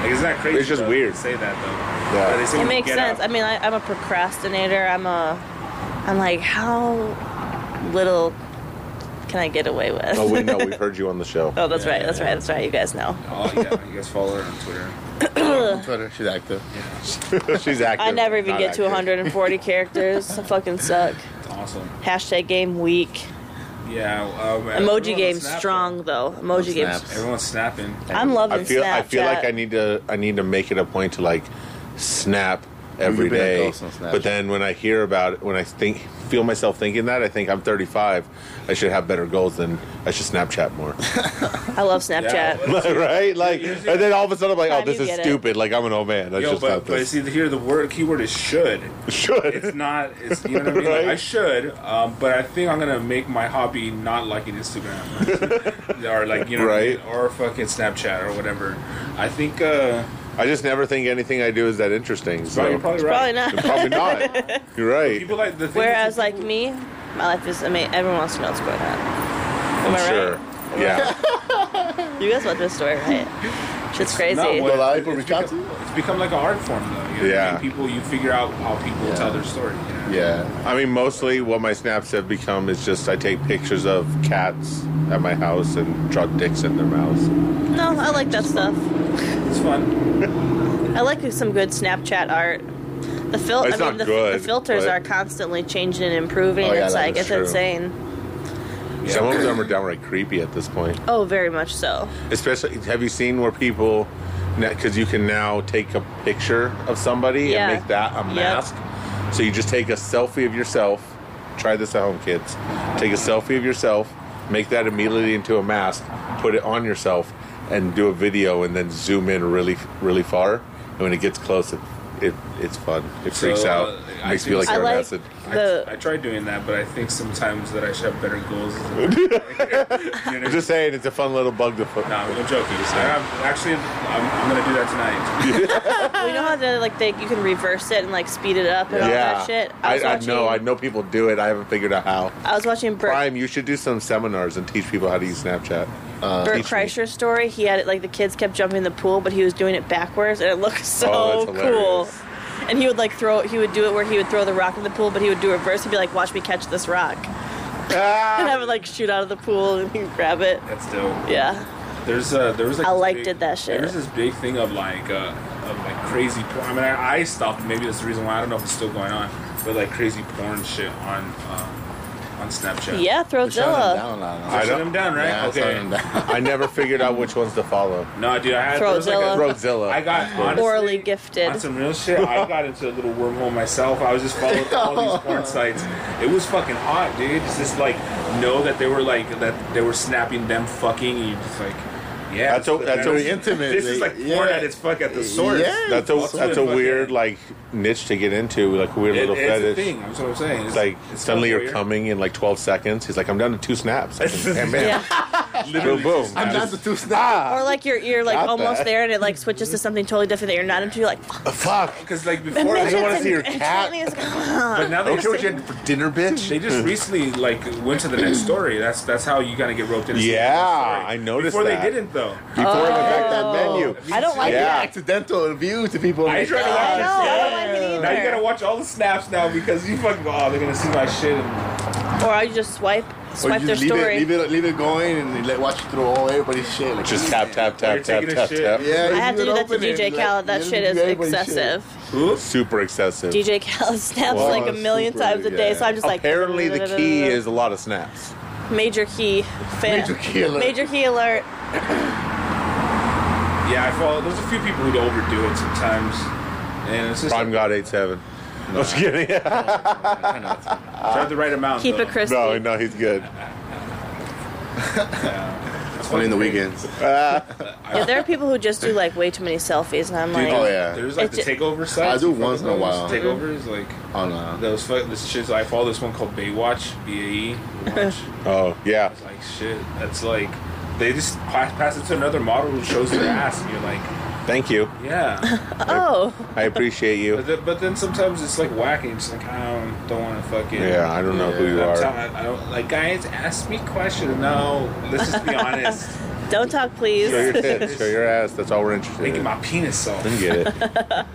[SPEAKER 2] Like, it's not crazy.
[SPEAKER 5] It's just
[SPEAKER 2] though,
[SPEAKER 5] weird.
[SPEAKER 2] to Say that though.
[SPEAKER 5] Yeah.
[SPEAKER 2] But they say
[SPEAKER 4] It
[SPEAKER 2] when you
[SPEAKER 4] makes
[SPEAKER 2] get
[SPEAKER 4] sense.
[SPEAKER 2] up-
[SPEAKER 4] I mean, I, I'm a procrastinator. I'm a. I'm like, how little can I get away with?
[SPEAKER 5] Oh, we know. We've heard you on the show.
[SPEAKER 4] Oh, that's
[SPEAKER 2] Yeah,
[SPEAKER 4] right.
[SPEAKER 2] yeah,
[SPEAKER 4] That's right. That's right. You guys know.
[SPEAKER 2] Oh yeah, you guys follow her on Twitter.
[SPEAKER 6] On Twitter, she's active.
[SPEAKER 5] She's active.
[SPEAKER 4] I never even
[SPEAKER 5] not
[SPEAKER 4] get to
[SPEAKER 5] active.
[SPEAKER 4] 140 characters. I fucking suck.
[SPEAKER 2] It's awesome.
[SPEAKER 4] Hashtag game weak.
[SPEAKER 2] Yeah. Um, everyone
[SPEAKER 4] Emoji
[SPEAKER 2] on
[SPEAKER 4] game
[SPEAKER 2] Snap,
[SPEAKER 4] strong though. Emoji game.
[SPEAKER 6] Snap.
[SPEAKER 2] Everyone's snapping.
[SPEAKER 4] I'm loving
[SPEAKER 5] I feel. I feel like
[SPEAKER 4] Snapchat.
[SPEAKER 5] I need to. I need to make it a point to like snap every
[SPEAKER 6] You've been a
[SPEAKER 5] day.
[SPEAKER 6] ghost on Snapchat.
[SPEAKER 5] But then when I hear about it, when I think, feel myself thinking that, I think I'm 35. I should have better goals than I should Snapchat more.
[SPEAKER 4] I love Snapchat.
[SPEAKER 5] right? Like, and then all of a sudden I'm like, oh,
[SPEAKER 4] Time
[SPEAKER 5] this
[SPEAKER 4] you
[SPEAKER 5] is
[SPEAKER 4] get it.
[SPEAKER 5] stupid. Like I'm an old man. I
[SPEAKER 2] Yo,
[SPEAKER 5] should
[SPEAKER 2] but,
[SPEAKER 5] stop
[SPEAKER 2] but
[SPEAKER 5] this.
[SPEAKER 2] see, here the word keyword is should.
[SPEAKER 5] Should.
[SPEAKER 2] It's not. It's you know what I mean. Like,
[SPEAKER 5] Right.
[SPEAKER 2] I should, um, but I think I'm gonna make my hobby not liking Instagram or like you know what I mean,
[SPEAKER 5] Right.
[SPEAKER 2] or fucking Snapchat or whatever. I think uh,
[SPEAKER 5] I just never think anything I do is that interesting. So.
[SPEAKER 2] well, you're probably
[SPEAKER 4] Probably
[SPEAKER 2] right.
[SPEAKER 4] not.
[SPEAKER 5] Probably not. You're right.
[SPEAKER 2] People like the thing
[SPEAKER 4] Whereas like me, my life is. I mean, everyone wants to know what's going on. Am I right?
[SPEAKER 5] Sure. Yeah.
[SPEAKER 4] You guys want this story, right? Shit's crazy.
[SPEAKER 2] not
[SPEAKER 6] Well,
[SPEAKER 2] what-
[SPEAKER 6] a lot of people
[SPEAKER 2] it's
[SPEAKER 6] reach out to
[SPEAKER 2] become-
[SPEAKER 6] you.
[SPEAKER 2] it's become like an art form though. You know yeah,
[SPEAKER 5] Yeah.
[SPEAKER 2] people you figure out how people
[SPEAKER 6] Yeah.
[SPEAKER 2] tell their story. You know?
[SPEAKER 6] Yeah.
[SPEAKER 5] I mean, mostly what my snaps have become is just I take pictures of cats at my house and draw dicks in their mouths.
[SPEAKER 4] no, I like that stuff.
[SPEAKER 2] it's fun.
[SPEAKER 4] I like some good Snapchat art. The fil-
[SPEAKER 5] It's
[SPEAKER 4] I mean,
[SPEAKER 5] not
[SPEAKER 4] the,
[SPEAKER 5] good,
[SPEAKER 4] the filters
[SPEAKER 5] but-
[SPEAKER 4] are constantly changing and improving.
[SPEAKER 6] Oh, yeah,
[SPEAKER 4] it's
[SPEAKER 6] that
[SPEAKER 4] like
[SPEAKER 6] is
[SPEAKER 4] it's
[SPEAKER 5] true.
[SPEAKER 4] insane.
[SPEAKER 2] Yeah.
[SPEAKER 5] Some of them are downright creepy at this point.
[SPEAKER 4] Oh, very much so.
[SPEAKER 5] Especially, have you seen where people, because you can now take a picture of somebody
[SPEAKER 4] Yeah.
[SPEAKER 5] and make that a
[SPEAKER 4] Yep.
[SPEAKER 5] mask. So you just take a selfie of yourself, try this at home, kids. Take a selfie of yourself, make that immediately into a mask, put it on yourself, and do a video, and then zoom in really, really far. And when it gets close, it, it it's fun. It
[SPEAKER 2] So,
[SPEAKER 5] freaks out.
[SPEAKER 2] uh,
[SPEAKER 5] It
[SPEAKER 2] I
[SPEAKER 5] makes me feel
[SPEAKER 2] do-
[SPEAKER 5] like
[SPEAKER 4] I
[SPEAKER 5] you're on
[SPEAKER 4] like
[SPEAKER 5] acid.
[SPEAKER 4] the
[SPEAKER 2] I, I tried doing that, but I think sometimes that I should have better goals. You know?
[SPEAKER 5] I'm just saying, it's a fun little bug to put.
[SPEAKER 2] No, I'm joking. I have, actually, I'm, I'm gonna do that tonight.
[SPEAKER 4] you know how they like they you can reverse it and like speed it up and all that shit.
[SPEAKER 5] I,
[SPEAKER 4] was
[SPEAKER 5] I
[SPEAKER 4] watching,
[SPEAKER 5] know. I know people do it. I haven't figured out how.
[SPEAKER 4] I was watching Bert,
[SPEAKER 5] Prime, you should do some seminars and teach people how to use Snapchat. Uh,
[SPEAKER 4] Bert
[SPEAKER 5] teach me.
[SPEAKER 4] Kreischer's story. He had it like the kids kept jumping in the pool, but he was doing it backwards, and it looked so
[SPEAKER 5] Oh, that's
[SPEAKER 4] cool.
[SPEAKER 5] hilarious.
[SPEAKER 4] And he would like throw. He would do it where he would throw the rock in the pool, but he would do a reverse. He'd be like, "Watch me catch this rock," and
[SPEAKER 5] Ah!
[SPEAKER 4] have it like shoot out of the pool and he'd grab it.
[SPEAKER 2] That's dope.
[SPEAKER 4] Yeah,
[SPEAKER 2] There's uh, there was like
[SPEAKER 4] I
[SPEAKER 2] this
[SPEAKER 4] like
[SPEAKER 2] big-
[SPEAKER 4] did that shit.
[SPEAKER 2] There was this big thing of like uh, of like crazy. Porn. I mean, I, I stopped. Maybe that's the reason why. I don't know if it's still going on, but like crazy porn shit on um, on Snapchat.
[SPEAKER 4] yeah,
[SPEAKER 6] They're shutting them
[SPEAKER 4] Throwzilla.
[SPEAKER 6] down now.
[SPEAKER 2] I shut them down, right?
[SPEAKER 6] Yeah,
[SPEAKER 2] okay.
[SPEAKER 6] shutting them down.
[SPEAKER 5] I never figured out which ones to follow.
[SPEAKER 2] No, dude, I had there was like
[SPEAKER 4] Throwzilla.
[SPEAKER 2] a
[SPEAKER 5] Roadzilla.
[SPEAKER 2] I got honestly,
[SPEAKER 4] Orally gifted.
[SPEAKER 2] On some real shit, I got into a little wormhole myself. I was just following all these porn sites. It was fucking hot, dude. It's just like know that they were like that they were snapping them fucking, and you just like, yeah,
[SPEAKER 5] That's a- that's a-
[SPEAKER 2] this-
[SPEAKER 6] intimate,
[SPEAKER 2] This is
[SPEAKER 6] like,
[SPEAKER 2] like
[SPEAKER 6] yeah.
[SPEAKER 2] porn at its fuck at the source.
[SPEAKER 6] Yeah.
[SPEAKER 5] That's a
[SPEAKER 2] Ultimate
[SPEAKER 5] that's a
[SPEAKER 2] fucking-
[SPEAKER 5] weird like niche to get into, like a weird
[SPEAKER 2] It,
[SPEAKER 5] little
[SPEAKER 2] it's a
[SPEAKER 5] fetish.
[SPEAKER 2] thing. That's what I'm saying.
[SPEAKER 5] It's like
[SPEAKER 2] so
[SPEAKER 5] suddenly you're
[SPEAKER 2] weird.
[SPEAKER 5] coming in like 12 seconds. He's like, I'm down to two snaps. I can- and man,
[SPEAKER 4] Yeah.
[SPEAKER 5] boom, boom.
[SPEAKER 6] I'm down to two snaps.
[SPEAKER 4] Or like you're you're like
[SPEAKER 5] Got
[SPEAKER 4] almost
[SPEAKER 5] that.
[SPEAKER 4] there and it like switches to something totally different that you're not into. You're like,
[SPEAKER 2] Ah.
[SPEAKER 4] fuck.
[SPEAKER 6] Oh,
[SPEAKER 5] Fuck.
[SPEAKER 2] Because like before,
[SPEAKER 5] I
[SPEAKER 2] I
[SPEAKER 5] just
[SPEAKER 2] don't
[SPEAKER 5] want
[SPEAKER 2] wanna-
[SPEAKER 5] to see your
[SPEAKER 4] And
[SPEAKER 5] cat.
[SPEAKER 4] Chinese-
[SPEAKER 2] but now they
[SPEAKER 5] Okay, what
[SPEAKER 2] just,
[SPEAKER 5] you had for dinner, bitch?
[SPEAKER 2] they just recently like went to the next story. That's that's how you gotta get roped into.
[SPEAKER 5] Yeah,
[SPEAKER 2] the next
[SPEAKER 5] I noticed
[SPEAKER 2] Before
[SPEAKER 5] that.
[SPEAKER 2] they didn't though.
[SPEAKER 5] Before I went back that menu.
[SPEAKER 4] Oh. I don't like
[SPEAKER 5] Yeah.
[SPEAKER 4] that.
[SPEAKER 6] Accidental view to people.
[SPEAKER 2] I tried to
[SPEAKER 4] I
[SPEAKER 2] watch
[SPEAKER 4] know.
[SPEAKER 2] this.
[SPEAKER 4] I don't like it either.
[SPEAKER 2] Now you gotta watch all the snaps now because you fucking go, oh, they're gonna see my shit. And
[SPEAKER 4] Or I just swipe
[SPEAKER 6] Or
[SPEAKER 4] swipe
[SPEAKER 6] you
[SPEAKER 4] their
[SPEAKER 6] just leave
[SPEAKER 4] story.
[SPEAKER 6] it, leave it, leave it going, and you let watch it through all everybody's shit. Like,
[SPEAKER 5] Just tap, tap,
[SPEAKER 2] You're
[SPEAKER 5] tap, tap,
[SPEAKER 2] taking a
[SPEAKER 5] tap,
[SPEAKER 2] shit.
[SPEAKER 5] tap.
[SPEAKER 6] Yeah,
[SPEAKER 4] I
[SPEAKER 6] you
[SPEAKER 4] have to do
[SPEAKER 6] leave it
[SPEAKER 4] that to
[SPEAKER 6] open and
[SPEAKER 4] DJ
[SPEAKER 6] let-
[SPEAKER 4] Khaled. That
[SPEAKER 6] let it
[SPEAKER 4] shit
[SPEAKER 6] do
[SPEAKER 4] is
[SPEAKER 6] everybody's shit.
[SPEAKER 4] excessive.
[SPEAKER 5] Super excessive.
[SPEAKER 4] DJ Khaled snaps
[SPEAKER 5] Wow,
[SPEAKER 4] like a million
[SPEAKER 6] super,
[SPEAKER 4] times a day,
[SPEAKER 6] yeah.
[SPEAKER 4] so I'm just like. "Mm,
[SPEAKER 5] Apparently, the key is a lot of snaps.
[SPEAKER 4] major key. Fan.
[SPEAKER 6] Major key alert.
[SPEAKER 4] Major key alert.
[SPEAKER 2] yeah, I follow. There's a few people who overdo it sometimes, and it's just
[SPEAKER 5] Prime God eight seven. No, I'm just kidding.
[SPEAKER 2] try the right amount.
[SPEAKER 4] Keep
[SPEAKER 2] though.
[SPEAKER 4] it crispy.
[SPEAKER 5] no, no, he's good.
[SPEAKER 6] It's only in the weekends.
[SPEAKER 4] Yeah, there are people who just do like way too many selfies, and I'm
[SPEAKER 2] Dude,
[SPEAKER 4] like,
[SPEAKER 6] Oh, yeah.
[SPEAKER 2] There's like
[SPEAKER 4] It's
[SPEAKER 2] the
[SPEAKER 4] ju-
[SPEAKER 2] takeover sites.
[SPEAKER 6] I do
[SPEAKER 2] You fucking
[SPEAKER 6] once in a
[SPEAKER 2] know those
[SPEAKER 6] while.
[SPEAKER 2] Takeovers like
[SPEAKER 6] Oh no.
[SPEAKER 2] those fuck this shit. So I follow this one called Baywatch, B A E. Watch.
[SPEAKER 5] Oh yeah.
[SPEAKER 2] It's like shit. That's like they just pass, pass it to another model who shows their ass, and you're like,
[SPEAKER 5] Thank you.
[SPEAKER 2] yeah.
[SPEAKER 4] oh,
[SPEAKER 5] I appreciate you.
[SPEAKER 2] But then, but then sometimes it's like whack, and you're just like, I don't, don't want to fucking.
[SPEAKER 5] Yeah, I don't know who you
[SPEAKER 2] I'm
[SPEAKER 5] are.
[SPEAKER 2] ti- I don't, like, guys, ask me questions. No, let's just be honest.
[SPEAKER 4] don't talk, please.
[SPEAKER 5] Show your tits. Show your ass. That's all we're interested
[SPEAKER 2] Making
[SPEAKER 5] in.
[SPEAKER 2] my penis off.
[SPEAKER 5] Didn't get it.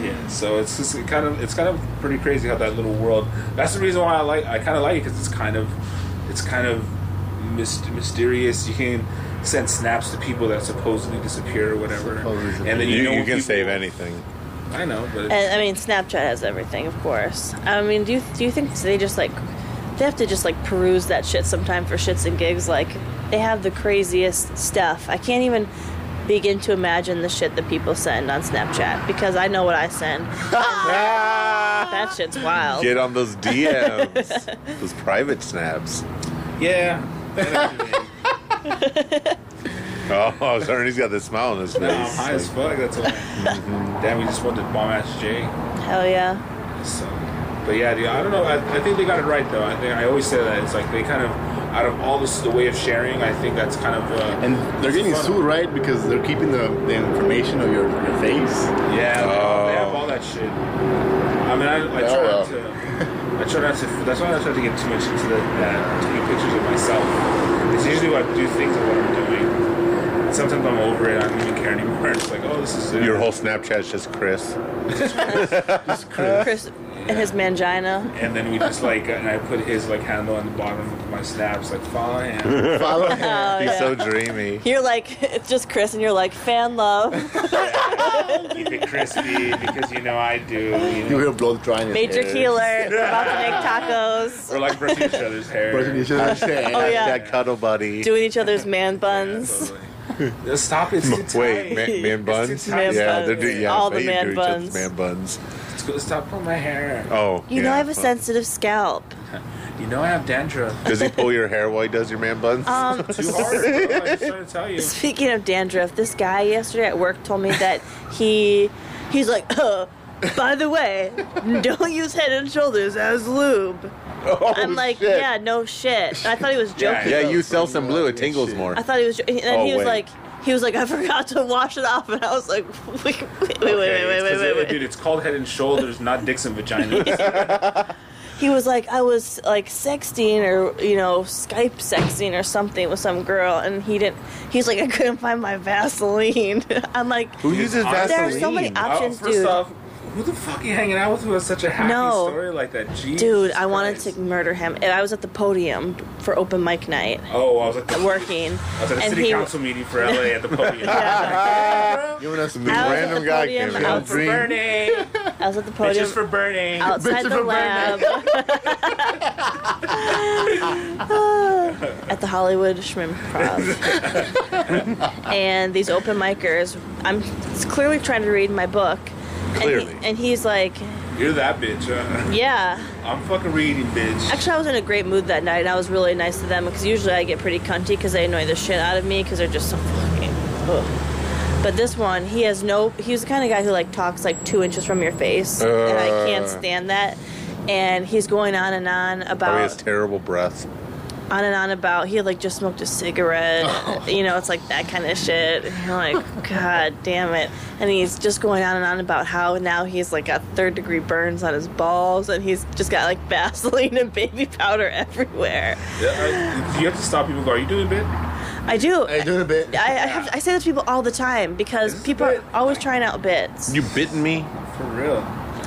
[SPEAKER 2] Yeah. So it's just it kind of it's kind of pretty crazy how that little world. That's the reason why I like I kind of like it because it's kind of it's kind of mys- mysterious. You can send snaps to people that supposedly disappear or whatever,
[SPEAKER 6] Supposedly
[SPEAKER 2] and then you,
[SPEAKER 5] You,
[SPEAKER 2] know
[SPEAKER 5] you
[SPEAKER 2] when
[SPEAKER 5] can
[SPEAKER 2] people-
[SPEAKER 5] save anything.
[SPEAKER 2] I know, but it's,
[SPEAKER 4] And, I mean, Snapchat has everything, of course. I mean, do you do you think they just like they have to just like peruse that shit sometime for shits and gigs? Like they have the craziest stuff. I can't even begin to imagine the shit that people send on Snapchat because I know what I send. that shit's wild.
[SPEAKER 5] Get on those DMs. those private snaps.
[SPEAKER 2] yeah.
[SPEAKER 5] Oh, Ernie's got this smile on his
[SPEAKER 2] No, I'm high as
[SPEAKER 5] face.
[SPEAKER 2] fuck. That's why.
[SPEAKER 5] Mm-hmm.
[SPEAKER 2] Damn, we just went to bomb ass Jay.
[SPEAKER 4] Hell yeah.
[SPEAKER 2] So, but yeah, dude, I don't know. I, I think they got it right though. I think I always say that it's like they kind of out of all this the way of sharing. I think that's kind of uh,
[SPEAKER 6] And they're getting
[SPEAKER 2] fun.
[SPEAKER 6] sued, right? Because they're keeping the, the information of your, your face.
[SPEAKER 2] Yeah, they-
[SPEAKER 5] Oh.
[SPEAKER 2] they have all that shit. I mean, I, I try
[SPEAKER 6] Oh, well.
[SPEAKER 2] not to. I try not to. That's why I try to get too much into the, that taking pictures of myself. It's usually what I do things of what I'm doing. Sometimes I'm over it. I don't even care anymore. It's like, oh, this is it.
[SPEAKER 5] Your whole Snapchat's just Chris.
[SPEAKER 4] Chris and his mangina.
[SPEAKER 2] And then we just like, and I put his like handle on the bottom of my snaps, like follow him.
[SPEAKER 6] Follow him.
[SPEAKER 4] Oh,
[SPEAKER 5] He's
[SPEAKER 4] yeah.
[SPEAKER 5] so dreamy.
[SPEAKER 4] You're like it's just Chris, and you're like fan love.
[SPEAKER 2] Keep it crispy because you know I do. You
[SPEAKER 6] You
[SPEAKER 2] know.
[SPEAKER 6] will blow drying his
[SPEAKER 4] Major
[SPEAKER 6] hair.
[SPEAKER 4] key alert. We're about to make tacos.
[SPEAKER 2] We're like brushing each other's hair.
[SPEAKER 6] Brushing each other's hair.
[SPEAKER 4] Oh yeah.
[SPEAKER 5] That cuddle buddy.
[SPEAKER 4] Doing each other's man
[SPEAKER 2] Yeah,
[SPEAKER 4] buns.
[SPEAKER 2] totally. Just Stop it.
[SPEAKER 5] Wait, man, man buns?
[SPEAKER 2] Man
[SPEAKER 5] yeah,
[SPEAKER 4] buns.
[SPEAKER 5] they're doing yeah,
[SPEAKER 4] All the
[SPEAKER 5] they
[SPEAKER 4] man
[SPEAKER 5] do each other's
[SPEAKER 4] buns.
[SPEAKER 5] Man buns.
[SPEAKER 2] school. Stop pulling my hair.
[SPEAKER 5] Oh,
[SPEAKER 4] You know I have a sensitive scalp.
[SPEAKER 2] You know I have dandruff.
[SPEAKER 5] Does he pull your hair while he does your man buns?
[SPEAKER 4] Um,
[SPEAKER 2] Too hard. bro. I'm just trying to tell you.
[SPEAKER 4] Speaking of dandruff, this guy yesterday at work told me that he he's like, uh, by the way, don't use Head and Shoulders as lube.
[SPEAKER 5] oh,
[SPEAKER 4] I'm like,
[SPEAKER 5] shit.
[SPEAKER 4] yeah, no shit. I thought he was joking.
[SPEAKER 5] Yeah, you sell some blue, it tingles more.
[SPEAKER 4] I thought he was, jo- and then
[SPEAKER 5] Oh,
[SPEAKER 4] he was
[SPEAKER 5] wait.
[SPEAKER 4] like, he was like, I forgot to wash it off, and I was like, wait, wait, wait, wait,
[SPEAKER 2] Okay,
[SPEAKER 4] wait,
[SPEAKER 2] it's 'cause
[SPEAKER 4] wait, wait,
[SPEAKER 2] it-
[SPEAKER 4] wait.
[SPEAKER 2] Dude, it's called head and shoulders, not dicks and vaginas.
[SPEAKER 4] He was like, I was like sexting or you know Skype sexting or something with some girl, and he didn't. He's like, I couldn't find my Vaseline. I'm like,
[SPEAKER 5] Who uses
[SPEAKER 2] Honestly,
[SPEAKER 5] Vaseline?
[SPEAKER 4] there are so many options,
[SPEAKER 2] first
[SPEAKER 4] dude.
[SPEAKER 2] off, who the fuck you hanging out with who has such a happy
[SPEAKER 4] No.
[SPEAKER 2] story like that? Jesus
[SPEAKER 4] Dude, I wanted
[SPEAKER 2] Christ.
[SPEAKER 4] to murder him, and I was at the podium for open mic night,
[SPEAKER 2] Oh, I was like
[SPEAKER 4] working,
[SPEAKER 2] I was at a
[SPEAKER 4] and
[SPEAKER 2] city
[SPEAKER 4] he.
[SPEAKER 2] council meeting for LA at the podium.
[SPEAKER 4] Yeah.
[SPEAKER 5] You and us, some
[SPEAKER 4] I was at
[SPEAKER 5] random
[SPEAKER 4] the
[SPEAKER 5] guy
[SPEAKER 4] podium,
[SPEAKER 5] came
[SPEAKER 4] I
[SPEAKER 5] in.
[SPEAKER 4] was-
[SPEAKER 2] for burning.
[SPEAKER 4] I was at the podium
[SPEAKER 2] Bitches for burning.
[SPEAKER 4] outside
[SPEAKER 5] Bitches
[SPEAKER 4] the
[SPEAKER 5] for
[SPEAKER 4] lab. at the Hollywood Schmimprov. and these open micers, I'm clearly trying to read my book,
[SPEAKER 5] Clearly.
[SPEAKER 4] and, he, and he's like,
[SPEAKER 2] You're that bitch. Huh?
[SPEAKER 4] yeah.
[SPEAKER 2] I'm fucking reading, bitch.
[SPEAKER 4] Actually, I was in a great mood that night, and I was really nice to them because usually I get pretty cunty because they annoy the shit out of me because they're just so fucking. Ugh. But this one, he has no. He was the kind of guy who like talks like two inches from your face, and I can't stand that. And he's going on and on
[SPEAKER 5] Uh. Oh, he
[SPEAKER 4] about
[SPEAKER 5] has terrible breath.
[SPEAKER 4] on and on about he had like just smoked a cigarette
[SPEAKER 5] Oh.
[SPEAKER 4] you know it's like that kind of shit and you're like god damn it and he's just going on and on about how now he's like got third degree burns on his balls and he's just got like vaseline and baby powder everywhere
[SPEAKER 2] Yeah, I- you have to stop people. and Go, are you doing bit?
[SPEAKER 4] i do
[SPEAKER 6] Hey,
[SPEAKER 4] i,
[SPEAKER 6] doing a bit.
[SPEAKER 4] I, have, I say this to people all the time because
[SPEAKER 2] This is
[SPEAKER 4] people are
[SPEAKER 2] bit.
[SPEAKER 4] always trying out bits
[SPEAKER 5] You bitten me?
[SPEAKER 2] For real?